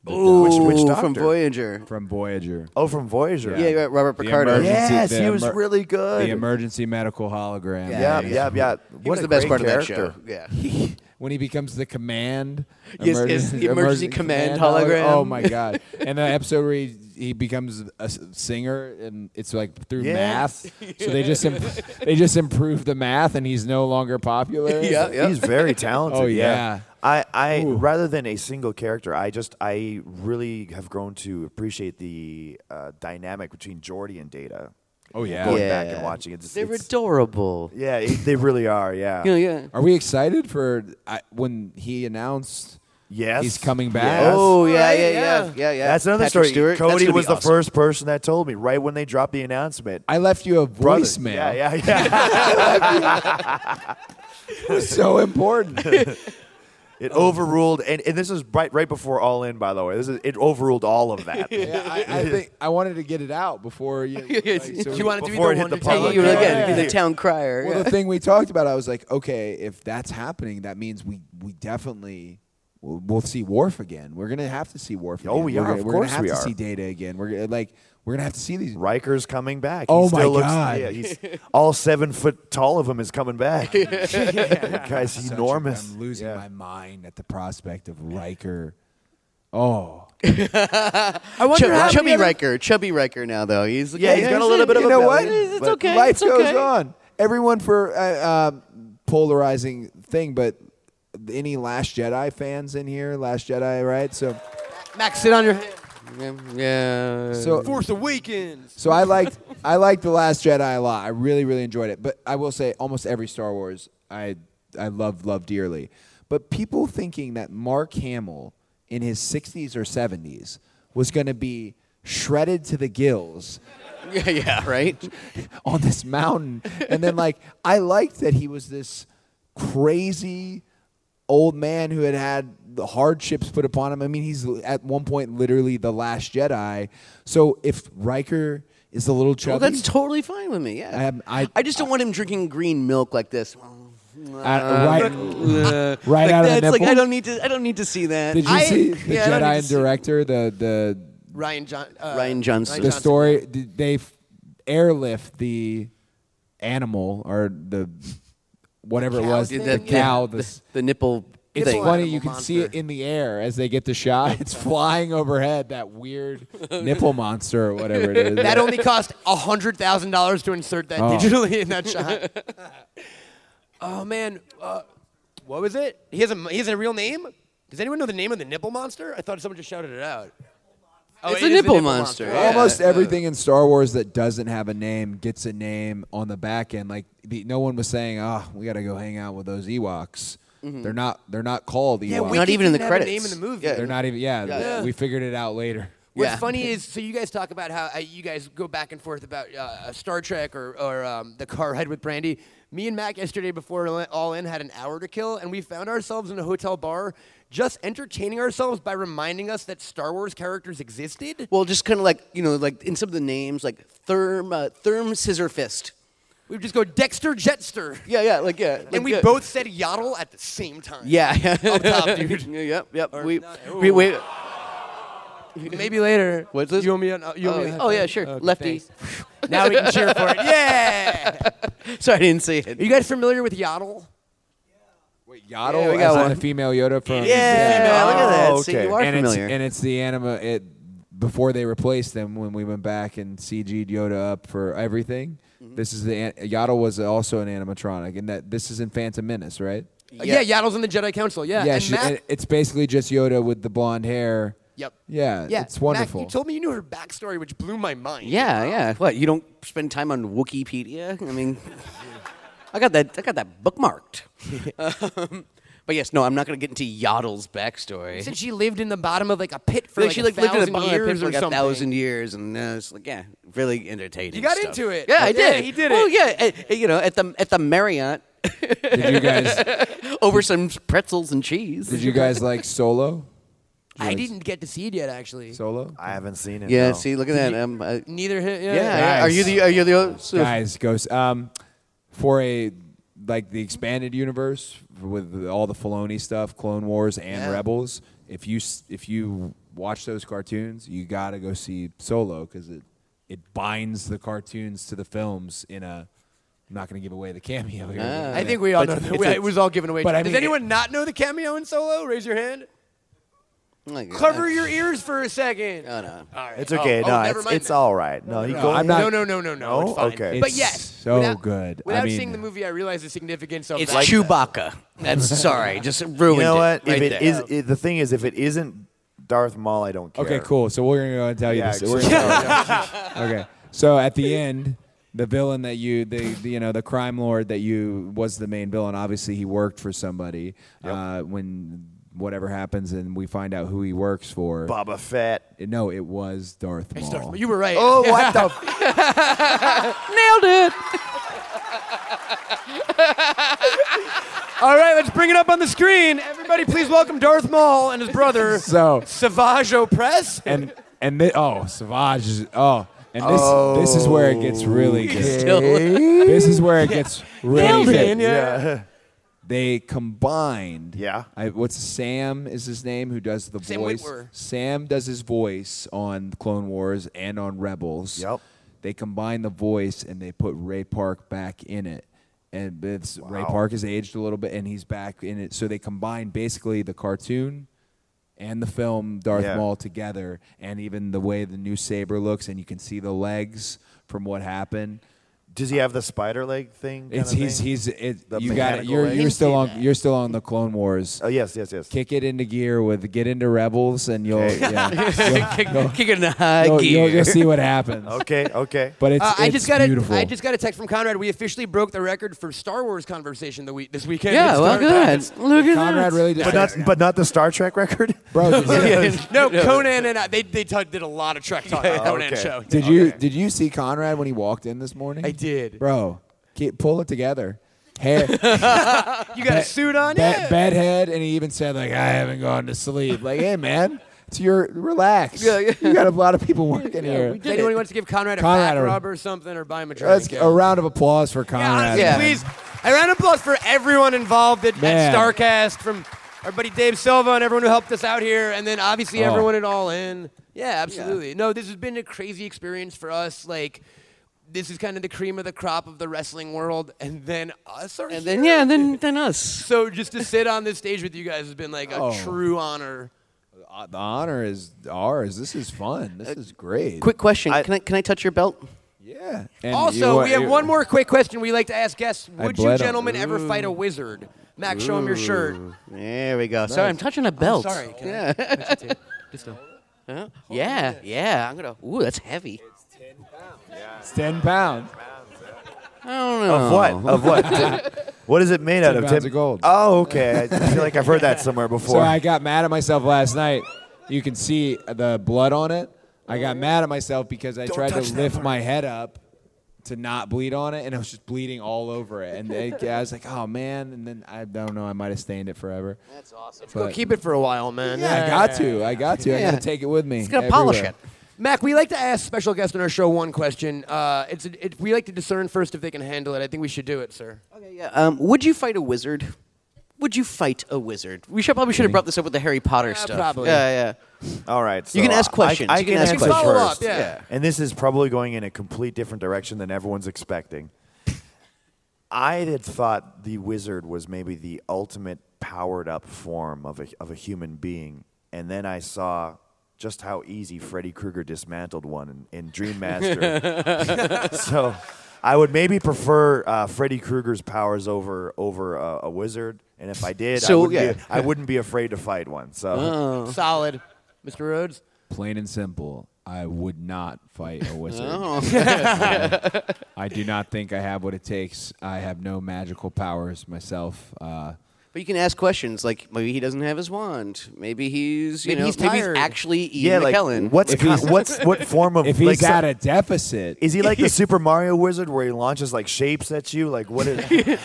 S5: which- which
S3: Ooh,
S5: doctor?
S3: from Voyager.
S4: from Voyager.
S5: Oh, from Voyager.
S3: Yeah, right, Robert
S4: The
S3: Picardo.
S4: emergency-
S5: Yes,
S4: the
S5: he was
S4: emer-
S5: really
S4: The
S5: good.
S4: emergency medical hologram.
S5: yeah, yeah, yeah.
S3: He
S5: What
S3: was
S5: a
S3: the best part
S5: great
S3: of
S5: character.
S3: that show. Yeah.
S4: when he becomes the command.
S3: Yes, yes, the emergency command hologram.
S4: Oh my god! and the episode where he, he becomes a s- singer, and it's like through [laughs]
S5: Yeah.
S4: math. So they just imp- they just improve the math, and he's no longer popular.
S3: Yeah, yeah.
S5: He's very talented.
S4: [laughs] Oh, yeah.
S5: I, I rather than a single character, I just I really have grown to appreciate the uh, dynamic between Jordy and Data.
S4: Oh yeah.
S5: Going back and watching it, it's,
S3: They're
S5: it's-
S3: adorable.
S5: yeah, it- they really are.
S4: [laughs]
S5: Yeah.
S3: You know, yeah.
S4: Are we excited for I, when he announced
S5: Yes.
S4: he's coming back?
S5: Yes.
S3: Oh yeah,
S2: Right,
S3: yeah,
S2: yeah.
S3: yeah, yeah, yeah.
S5: That's another
S3: Patrick
S5: story.
S3: Stewart. That's
S5: Cody
S3: gonna
S5: was
S3: be
S5: the
S3: awesome.
S5: first person that told me right when they dropped the announcement.
S4: I left you a
S5: Brother-
S4: voicemail.
S5: Yeah, yeah, yeah.
S4: [laughs] It was so
S5: [laughs]
S4: important.
S5: it overruled, and, and this is right right before All In, by the way. This is it overruled all of
S4: [laughs]
S5: that.
S4: yeah, I, I think I wanted to get it out before
S2: [laughs]
S4: you. like, so
S2: you wanted to be the
S5: Before it hit
S2: one
S5: the
S2: to
S5: public.
S2: tell
S3: You were like,
S5: Yeah,
S3: yeah,
S5: yeah,
S3: the
S5: yeah.
S3: town crier.
S4: Well,
S3: yeah.
S4: the thing we talked about, I was like, okay, if that's happening, that means we we definitely we'll, we'll see Worf again. We're gonna have to see Worf.
S5: Oh,
S4: again.
S5: we
S4: We're
S5: are.
S4: gonna-
S5: Of
S4: we're
S5: course
S4: gonna have
S5: we
S4: to
S5: are.
S4: see Data again. We're gonna- like we're gonna have to see these.
S5: Riker's coming back. He
S4: Oh,
S5: still
S4: my
S5: looks,
S4: God.
S5: Yeah, he's all seven foot tall of him is
S2: [laughs]
S5: coming back. [laughs] That guy's
S4: Such a-
S5: enormous.
S4: I'm losing
S5: Yeah.
S4: my mind at the prospect of Riker. Oh,
S5: I wonder
S3: Chub-
S5: how
S3: Chubby
S5: many other-
S3: Riker, Chubby Riker. Now though, he's
S5: Yeah, he's got a little bit of
S4: you
S5: a
S4: know what?
S5: belly,
S4: It's
S5: but-
S3: okay,
S4: Life
S3: it's
S4: goes
S3: okay.
S4: on. Everyone for uh, um, polarizing thing, but any Last Jedi fans in here? Last Jedi, right? So,
S2: Max, sit on your hand.
S3: Yeah. [laughs]
S4: so
S2: Force Awakens.
S4: uh, So I liked I liked the Last Jedi a lot. I really really enjoyed it. But I will say almost every Star Wars I I love love dearly. But people thinking that Mark Hamill in his 60s or 70s was going to be shredded to the gills
S3: yeah, yeah, right.
S4: [laughs] on this mountain. And then like I liked that he was this crazy old man who had had the hardships put upon him. I mean, he's l- at one point literally the last Jedi. So if Riker is a little
S3: Well,
S4: chubby,
S3: that's totally fine with me. Yeah.
S4: Um, I-
S3: just don't want him drinking green milk like this.
S4: I- uh, right,
S3: right
S4: [laughs] right out of the
S3: that's
S4: nipple.
S3: like I don't need to. I don't need to see that.
S4: Did you
S2: I-
S3: [laughs]
S4: see the
S2: yeah, I don't need to
S4: Jedi
S2: see-
S4: director? The the
S2: Ryan John. Uh,
S3: Ryan Johnson.
S4: the
S3: Johnson.
S4: story. Did they f- airlift the animal or the whatever it was?
S3: Did
S4: The
S3: that-
S4: cow.
S3: the,
S4: this-
S3: the nipple
S4: It's
S3: thing.
S4: funny. You can see it in the air as they get the shot. [laughs] It's flying overhead. That [laughs] weird nipple monster or whatever it is.
S2: That only cost hundred thousand dollars to insert
S3: [laughs]
S2: that
S4: Oh.
S2: digitally in that shot. oh man, uh, what was it? He has a he has a real name. Does anyone know the name of the nipple monster? I thought someone just shouted it out. Oh,
S3: It's
S2: it
S3: a
S2: is the Oh,
S3: nipple monster, yeah.
S4: Almost everything in Star Wars that doesn't have a name gets a name on the back end. Like the, no one was saying, "Ah, we got to go hang out with those Ewoks."
S3: Mm-hmm.
S4: They're not. They're not called Ewoks.
S2: Yeah,
S3: Not
S2: Wicked
S3: even in the
S2: didn't have a
S3: credits.
S2: Name in the movie.
S3: Yeah.
S4: they're not even. Yeah,
S3: Yeah.
S4: we figured it out later.
S2: What's
S3: Yeah.
S2: funny is, so you guys talk about how uh, you guys go back and forth about uh, uh, Star Trek or, or um, the car ride with Brandy. Me and Mac yesterday before All- All In had an hour to kill, and we found ourselves in a hotel bar just entertaining ourselves by reminding us that Star Wars characters existed.
S3: Well, just kind of like you know, like in some of the names, like Therm, uh, Therm Scissor Fist.
S2: We would just go Dexter Jetster,
S3: Yeah, yeah, [laughs] like yeah. like,
S2: and we
S3: yeah.
S2: both said Yaddle at the same time.
S3: Yeah,
S2: Up top,
S3: [laughs]
S2: dude.
S3: Yeah, yep, yep.
S2: Or
S3: We,
S2: not-
S3: we, we,
S2: Maybe later.
S3: What's this?
S2: You owe me an. Uh, you owe
S3: oh,
S2: me an
S3: oh, yeah, sure. Lefty. [laughs]
S2: Now we can cheer for it. Yeah.
S3: Sorry, I didn't see
S2: Are
S3: it.
S2: you guys familiar with Yaddle?
S4: Wait, Yaddle
S3: Yeah, we
S4: as
S3: got
S4: in
S3: one.
S4: the female Yoda from
S3: Yeah, look at that.
S5: Oh,
S3: See,
S5: okay.
S3: you are
S4: and
S3: familiar.
S4: It's, and it's the anima it before they replaced them when we went back and CG'd Yoda up for everything.
S2: Mm-hmm.
S4: This is the an- Yaddle was also an animatronic, and that this is in Phantom Menace, right?
S2: Uh, Yeah, Yaddle's in the Jedi Council. Yeah.
S4: yeah,
S2: and
S4: she,
S2: Mac-
S4: and it's basically just Yoda with the blonde hair.
S2: Yep.
S4: Yeah,
S2: Yeah,
S4: it's wonderful.
S2: Mac, you told me you knew her backstory, which blew my mind.
S3: Yeah, yeah. What? You don't spend time on Wikipedia? I mean, [laughs] I got that. I got that bookmarked. um, but yes, no, I'm not going to get into Yaddle's backstory.
S2: Since she lived in the bottom of like a pit for
S3: Like,
S2: like,
S3: she
S2: a
S3: like lived in a
S2: thousand
S3: bottom of a pit
S2: years
S3: for
S2: or
S3: like a
S2: something.
S3: thousand years, and uh, it's like yeah, really entertaining.
S2: You got
S3: stuff.
S2: into it.
S3: Yeah, I
S2: Yeah,
S3: did.
S2: he did
S3: Well,
S2: it.
S3: yeah, uh, you know, at the at the Marriott
S2: [laughs]
S4: did you guys?
S3: over some pretzels and cheese.
S4: did you guys like Solo?
S2: I didn't get to see it yet, actually.
S4: Solo.
S5: I haven't seen it.
S3: Yeah.
S5: no.
S3: See, look at that. Um, I,
S2: Neither. Hit, yeah.
S3: yeah. yeah. Are you the? Are you the? So, oh
S4: guys goes um, for a like the expanded universe with all the Filoni stuff, Clone Wars and
S2: Yeah.
S4: Rebels. If you s- if you watch those cartoons, you gotta go see Solo because it it binds the cartoons to the films in a. I'm not gonna give away the cameo here. but-
S2: I think we all know.
S4: But
S2: That.
S4: it's a-
S2: it was all given away.
S4: but I
S2: Does
S4: mean-
S2: anyone not know the cameo in Solo? Raise your hand.
S3: like,
S2: Cover your ears for a second.
S3: No, no.
S2: All right.
S5: It's okay.
S2: Oh, oh,
S5: no,
S2: never
S5: it's,
S2: mind
S5: it's
S2: then.
S5: all right. No, you
S4: I'm
S5: go. ahead.
S4: not-
S2: No, no, no, no, no.
S5: No?
S2: It's fine.
S5: Okay.
S2: But
S4: It's
S2: yes,
S4: so
S2: without,
S4: good. I
S2: Without
S4: mean-
S2: seeing the movie, I realize the significance of
S3: It's
S2: that.
S3: Chewbacca. That's [laughs] sorry. Just ruined
S5: You know
S3: it.
S5: what?
S3: Right
S5: if
S3: there.
S5: it is, it, the thing is, if it isn't Darth Maul, I don't care.
S4: Okay, cool. So we're gonna go and tell you
S5: Yeah,
S4: this. We're [laughs]
S5: [laughs]
S4: gonna tell you. Okay. So at the end, the villain that you, the, the you know, the crime lord that you was the main villain. Obviously, he worked for somebody. Uh, when whatever happens, and we find out who he works for.
S5: Boba Fett.
S4: No, it was Darth Maul.
S2: It's Darth Maul. You were right.
S5: Oh, what the? F-
S3: Nailed it.
S2: All right, let's bring it up on the screen. Everybody, please welcome Darth Maul and his brother,
S4: [laughs] So-
S2: Savage Opress.
S4: and and thi- oh, Savage. Is, oh, and this this is where it gets really
S2: Oh.
S4: good. This is where it gets
S2: [laughs]
S4: really
S2: Nailed it.
S4: good.
S5: yeah.
S4: they combined.
S5: Yeah.
S4: I, what's Sam is his name who does the
S2: Sam
S4: voice.
S2: Witwer.
S4: Sam does his voice on Clone Wars and on Rebels.
S5: Yep.
S4: They combined the voice and they put Ray Park back in it. And it's, Ray Park has aged a little bit and he's back in it. So they combined basically the cartoon and the film Darth
S5: Yeah.
S4: Maul together, and even the way the new saber looks, and you can see the legs from what happened.
S5: Does he have the spider leg thing?
S4: It's
S5: kinda
S4: he's
S5: thing?
S4: he's it,
S5: The
S4: you got it.
S5: mechanical
S4: You're
S5: leg?
S4: you're still
S7: Didn't
S4: on
S7: see that.
S4: you're still on the Clone Wars.
S5: Oh yes, yes, yes.
S4: Kick it into gear with get into Rebels, and you'll
S5: [laughs]
S4: yeah,
S2: kick, kick it in a high
S4: you'll, you'll,
S2: gear.
S4: you'll, you'll see what happens.
S5: Okay, okay.
S4: But it's,
S2: Uh, I
S4: it's
S2: just got
S4: beautiful.
S2: a I just got a text from Conrad. We officially broke the record for Star Wars conversation the week this weekend.
S3: Yeah,
S2: It
S3: well,
S2: started
S3: look at
S2: back
S3: that. Look at
S4: Conrad
S3: that.
S4: really just
S5: but not but not the Star Trek record. [laughs]
S4: bro. Did you,
S2: at- no, Conan and I they they t- did a lot of Trek talk. on the Conan
S5: Okay.
S2: show.
S4: did you did you see Conrad when he walked in this morning?
S2: I did.
S4: bro. Keep, pull it together.
S2: [laughs]
S4: Hair,
S2: You got a suit on?
S4: bed,
S2: yeah.
S4: bedhead, and he even said like, "I haven't gone to sleep." Like, hey man, it's your relax. You got a lot of people working here.
S2: If anyone wants to give Conrad a
S4: Conrad
S2: back
S4: or-
S2: rub or something or buy him a drink.
S4: Let's get a round of applause for
S2: yeah,
S4: Conrad.
S2: honestly,
S3: Yeah.
S2: please. A round of applause for everyone involved at, at
S4: Man.
S2: Starcast, from our buddy Dave Silva and everyone who helped us out here, and then obviously
S4: Oh.
S2: everyone at All In. Yeah, absolutely. No, this has been a crazy experience for us. Like, this is kind of the cream of the crop of the wrestling world, and then us are
S3: And then
S2: here.
S3: yeah, then then us.
S2: So just to sit on this stage with you guys has been like a
S4: Oh.
S2: true honor.
S4: Uh, The honor is ours. This is fun. This is great.
S3: Quick question.
S5: I-
S3: can I can I touch your belt?
S4: yeah. And
S2: Also,
S4: you-
S2: we have
S4: you-
S2: one more quick question we like to ask guests.
S4: I
S2: Would you
S4: bled on-
S2: gentlemen ever fight a wizard? Max, show him your shirt.
S3: There we go. Sorry, I'm touching a belt.
S2: Sorry. Can
S3: Yeah.
S2: I touch it too? Just a-
S3: Huh? Yeah, yeah. I'm gonna. Ooh, that's heavy.
S4: It's ten pounds.
S3: I don't know.
S5: Of what? Of what?
S4: [laughs]
S5: what is it made out of?
S4: Uh-huh. pounds
S5: Tim-
S4: of gold.
S5: Oh, okay. I feel like I've heard that
S4: [laughs]
S5: somewhere
S4: So
S5: before.
S4: I got mad at myself last night. You can see the blood on it. I got mad at myself because I
S5: Don't
S4: tried to
S5: touch that
S4: lift
S5: part.
S4: my head up to not bleed on it, and I was just bleeding all over it. And it, I was like, "Oh man!" And then I don't know. I might have stained it forever. That's awesome.
S2: Well, keep it for a while, man.
S4: Yeah, I got to. I got to. I
S3: Yeah.
S4: got to take it with me.
S3: It's gonna polish
S4: everywhere.
S3: it.
S2: Mac, we like to ask special guests on our show one question. Uh, it's it, we like to discern first if they can handle it. I think we should do it, sir.
S3: Okay, yeah. Um, would you fight a wizard? Would you fight a wizard? We should probably should have brought this up with the Harry Potter stuff.
S2: probably.
S3: Yeah, yeah.
S5: All right. So
S3: You can ask
S5: I-
S3: questions.
S5: I,
S3: You
S5: can,
S3: can ask
S5: answer
S2: questions. Follow up,
S5: first.
S2: yeah. Yeah.
S5: And this is probably going in a complete different direction than everyone's expecting. I had thought the wizard was maybe the ultimate powered up form of a, of a human being. And then I saw just how easy Freddy Krueger dismantled one in, in Dream Master.
S3: [laughs]
S5: [laughs] so I would maybe prefer uh, Freddy Krueger's powers over over uh, a wizard. And if I did,
S3: So,
S5: I, wouldn't
S3: yeah. Oh,
S5: be, I wouldn't be afraid to fight one. So.
S2: Solid, Mr. Rhodes.
S4: Plain and simple. I would not fight a wizard.
S3: Oh.
S4: [laughs] I do not think I have what it takes. I have no magical powers myself. Uh,
S3: But you can ask questions like maybe he doesn't have his wand. Maybe he's you
S2: Maybe
S3: know
S2: he's
S3: maybe
S2: tired.
S3: he's actually Ian
S5: yeah, like
S3: McKellen.
S5: what's
S4: If
S5: con-
S4: he's-
S5: what's
S4: [laughs]
S5: what form of
S4: if he's
S5: like, so-
S4: at a deficit,
S5: is he like
S4: [laughs]
S5: the Super Mario wizard where he launches like shapes at you? Like
S4: [laughs]
S5: what is?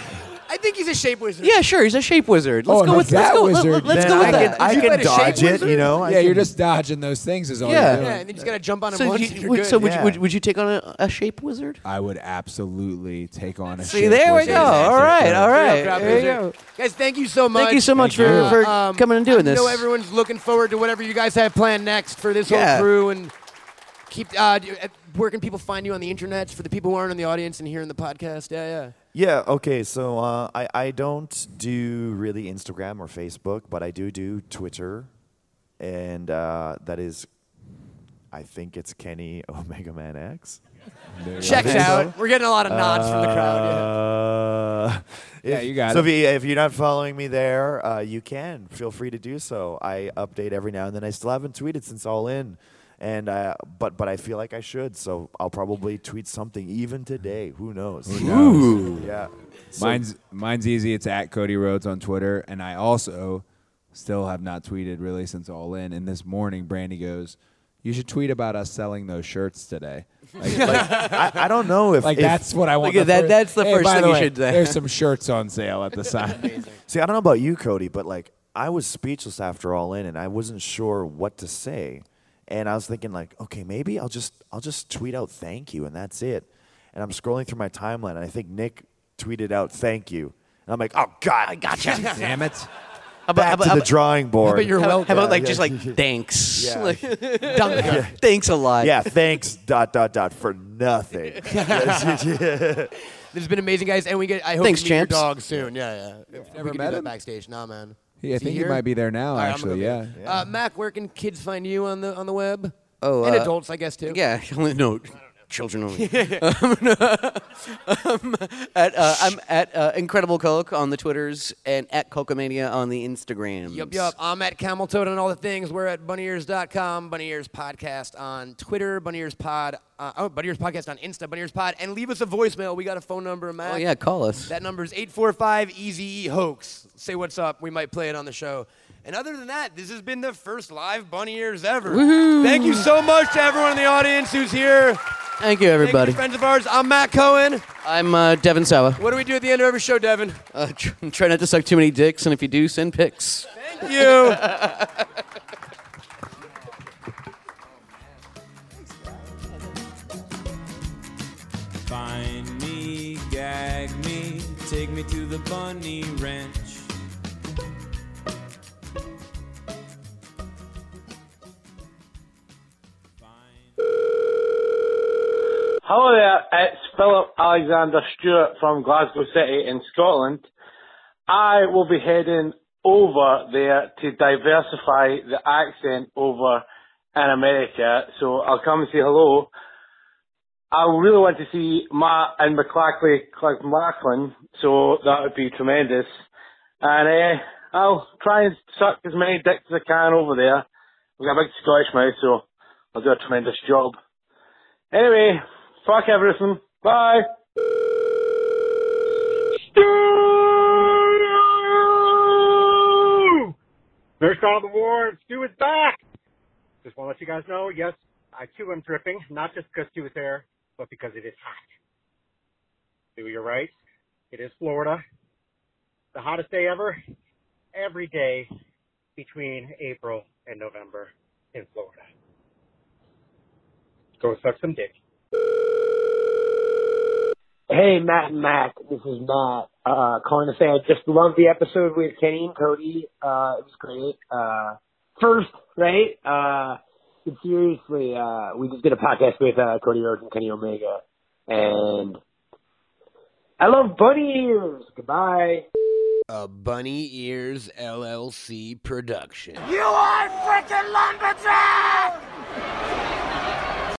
S2: I think he's a shape wizard.
S3: Yeah, sure. He's a shape wizard. Let's
S4: Oh,
S3: go
S4: and
S3: with let's
S4: that
S3: go,
S4: wizard,
S3: Let, us
S5: then
S3: go with
S5: I
S3: that.
S5: can, I
S2: Did you
S5: can
S2: play the shape
S5: dodge it.
S2: wizard?
S5: You know? I
S4: yeah, you're
S5: can-
S4: just dodging those things. Is all
S3: Yeah.
S4: you're doing.
S2: Yeah, and then you just gotta jump on him
S3: so
S2: once.
S3: you,
S2: and you're
S3: would,
S2: good.
S3: so would,
S5: Yeah.
S3: you, would, would you take on a, a shape wizard?
S4: I would absolutely take on a.
S3: See,
S4: shape
S3: there we
S4: wizard.
S3: go. All right, all
S2: Real
S3: right.
S2: crowd
S3: There you
S2: pleaser.
S3: go.
S2: Guys, thank you so much.
S3: Thank you so much
S4: Thank
S3: for,
S4: you.
S3: for
S2: Um,
S3: coming and doing
S2: I
S3: this.
S2: know everyone's looking forward to whatever you guys have planned next for this
S3: Yeah.
S2: whole crew and keep. Uh, do- uh, where can people find you on the internet for the people who aren't in the audience and hearing the podcast? Yeah, yeah.
S5: yeah. Okay. So uh, I I don't do really Instagram or Facebook, but I do do Twitter, and uh, that is, I think it's Kenny [laughs] Omega Man X.
S2: Checks
S5: Okay.
S2: out. We're getting a lot of nods from the crowd. Yeah.
S5: Uh,
S4: Yeah, you got
S5: so
S4: it.
S5: if, you, if you're not following me there, uh, you can. Feel free to do so. I update every now and then. I still haven't tweeted since All In, and uh, but but I feel like I should. So I'll probably tweet something even today. Who knows?
S4: Ooh.
S5: Yeah. So-
S4: Mine's mine's easy. It's at Cody Rhodes on Twitter, and I also still have not tweeted really since All In. And this morning, Brandy goes, "You should tweet about us selling those shirts today." Like, like,
S5: I, I don't know if,
S4: like
S5: if-
S4: that's what I want.
S3: Like,
S4: the
S3: that-
S4: fir-
S3: that's the
S4: Hey,
S3: first
S4: by
S3: thing
S4: the
S3: you
S4: way,
S3: should say.
S4: There's some shirts on sale at the sign.
S5: See, I don't know about you, Cody, but like I was speechless after all in, and I wasn't sure what to say. And I was thinking like, okay, maybe I'll just I'll just tweet out thank you, and that's it. And I'm scrolling through my timeline, and I think Nick tweeted out thank you, and I'm like, oh god,
S2: [laughs]
S5: I gotcha. Back
S4: Damn it!
S5: to the drawing board.
S2: about your
S3: How,
S2: welcome?
S3: how about like
S5: Yeah,
S2: [laughs]
S3: just like thanks,
S5: Yeah.
S3: Like, dunk. thanks a lot.
S5: yeah, thanks. Dot dot dot for nothing.
S2: [laughs] This has been amazing, guys, and we get. I hope
S3: Thanks,
S2: you meet your
S3: champs.
S2: dog soon. Yeah, yeah. If we
S4: Never
S2: could
S4: met
S2: do that
S4: him?
S2: backstage. Nah, man.
S4: Yeah, I
S2: Is he
S4: think he
S2: here?
S4: might be there now.
S2: All right, I'm gonna
S4: actually, yeah.
S2: go get him. Uh, Mac, where can kids find you on the on the web?
S3: Oh,
S2: and
S3: uh,
S2: adults, I guess too.
S3: Yeah, [laughs] only no
S2: [laughs]
S3: children only. Um, [laughs] no. Um, at, uh, I'm at uh, Incredible Coke on the Twitters and at Cocomania on the Instagrams.
S2: Yup, yup. I'm at Camel Toad on all the things. We're at BunnyEars.com, Bunny Ears Podcast on Twitter, Bunny Ears Pod, uh, oh, Bunny Ears Podcast on Insta, Bunny Ears Pod, and leave us a voicemail. We got a phone number, Mac.
S3: Oh yeah, call us.
S2: That number is 845 Easy E Hoax. Say what's up. We might play it on the show. And other than that, this has been the first live Bunny Ears ever. Thank you so much to everyone in the audience who's here.
S3: Thank you,
S2: Thank you,
S3: everybody.
S2: friends of ours. I'm Matt Cohen.
S3: I'm uh, Devin Sawa.
S2: What do we do at the end of every show, Devin?
S3: Uh, [laughs] tr- try not to suck too many dicks, and if you do, send pics.
S2: Thank you.
S1: Find me, gag me, take me to the bunny ranch.
S7: Hello there, it's Philip Alexander Stewart from Glasgow City in Scotland. I will be heading over there to diversify the accent over in America, so I'll come and say hello. I really want to see Matt and McClackley McLachlan, so that would be tremendous. And uh, I'll try and suck as many dicks as I can over there. I've got a big Scottish mouth, so I'll do a tremendous job. Anyway, fuck everything. Bye.
S8: There's all the war. Stu is back. Just want to let you guys know, yes, I too am dripping, not just because Stu is there, but because it is hot. Stu, you're right. It is Florida. The hottest day ever. Every day between April and November in Florida. Go suck some dick.
S7: Hey, Matt and Mac. This is Matt. Uh, calling to say I just loved the episode with Kenny and Cody. Uh, it was great. Uh, first, right? Uh, but seriously, uh, we just did a podcast with, uh, Cody Rhodes and Kenny Omega. And I love bunny ears. Goodbye.
S2: a Bunny Ears LLC production.
S8: You are freaking lumberjack!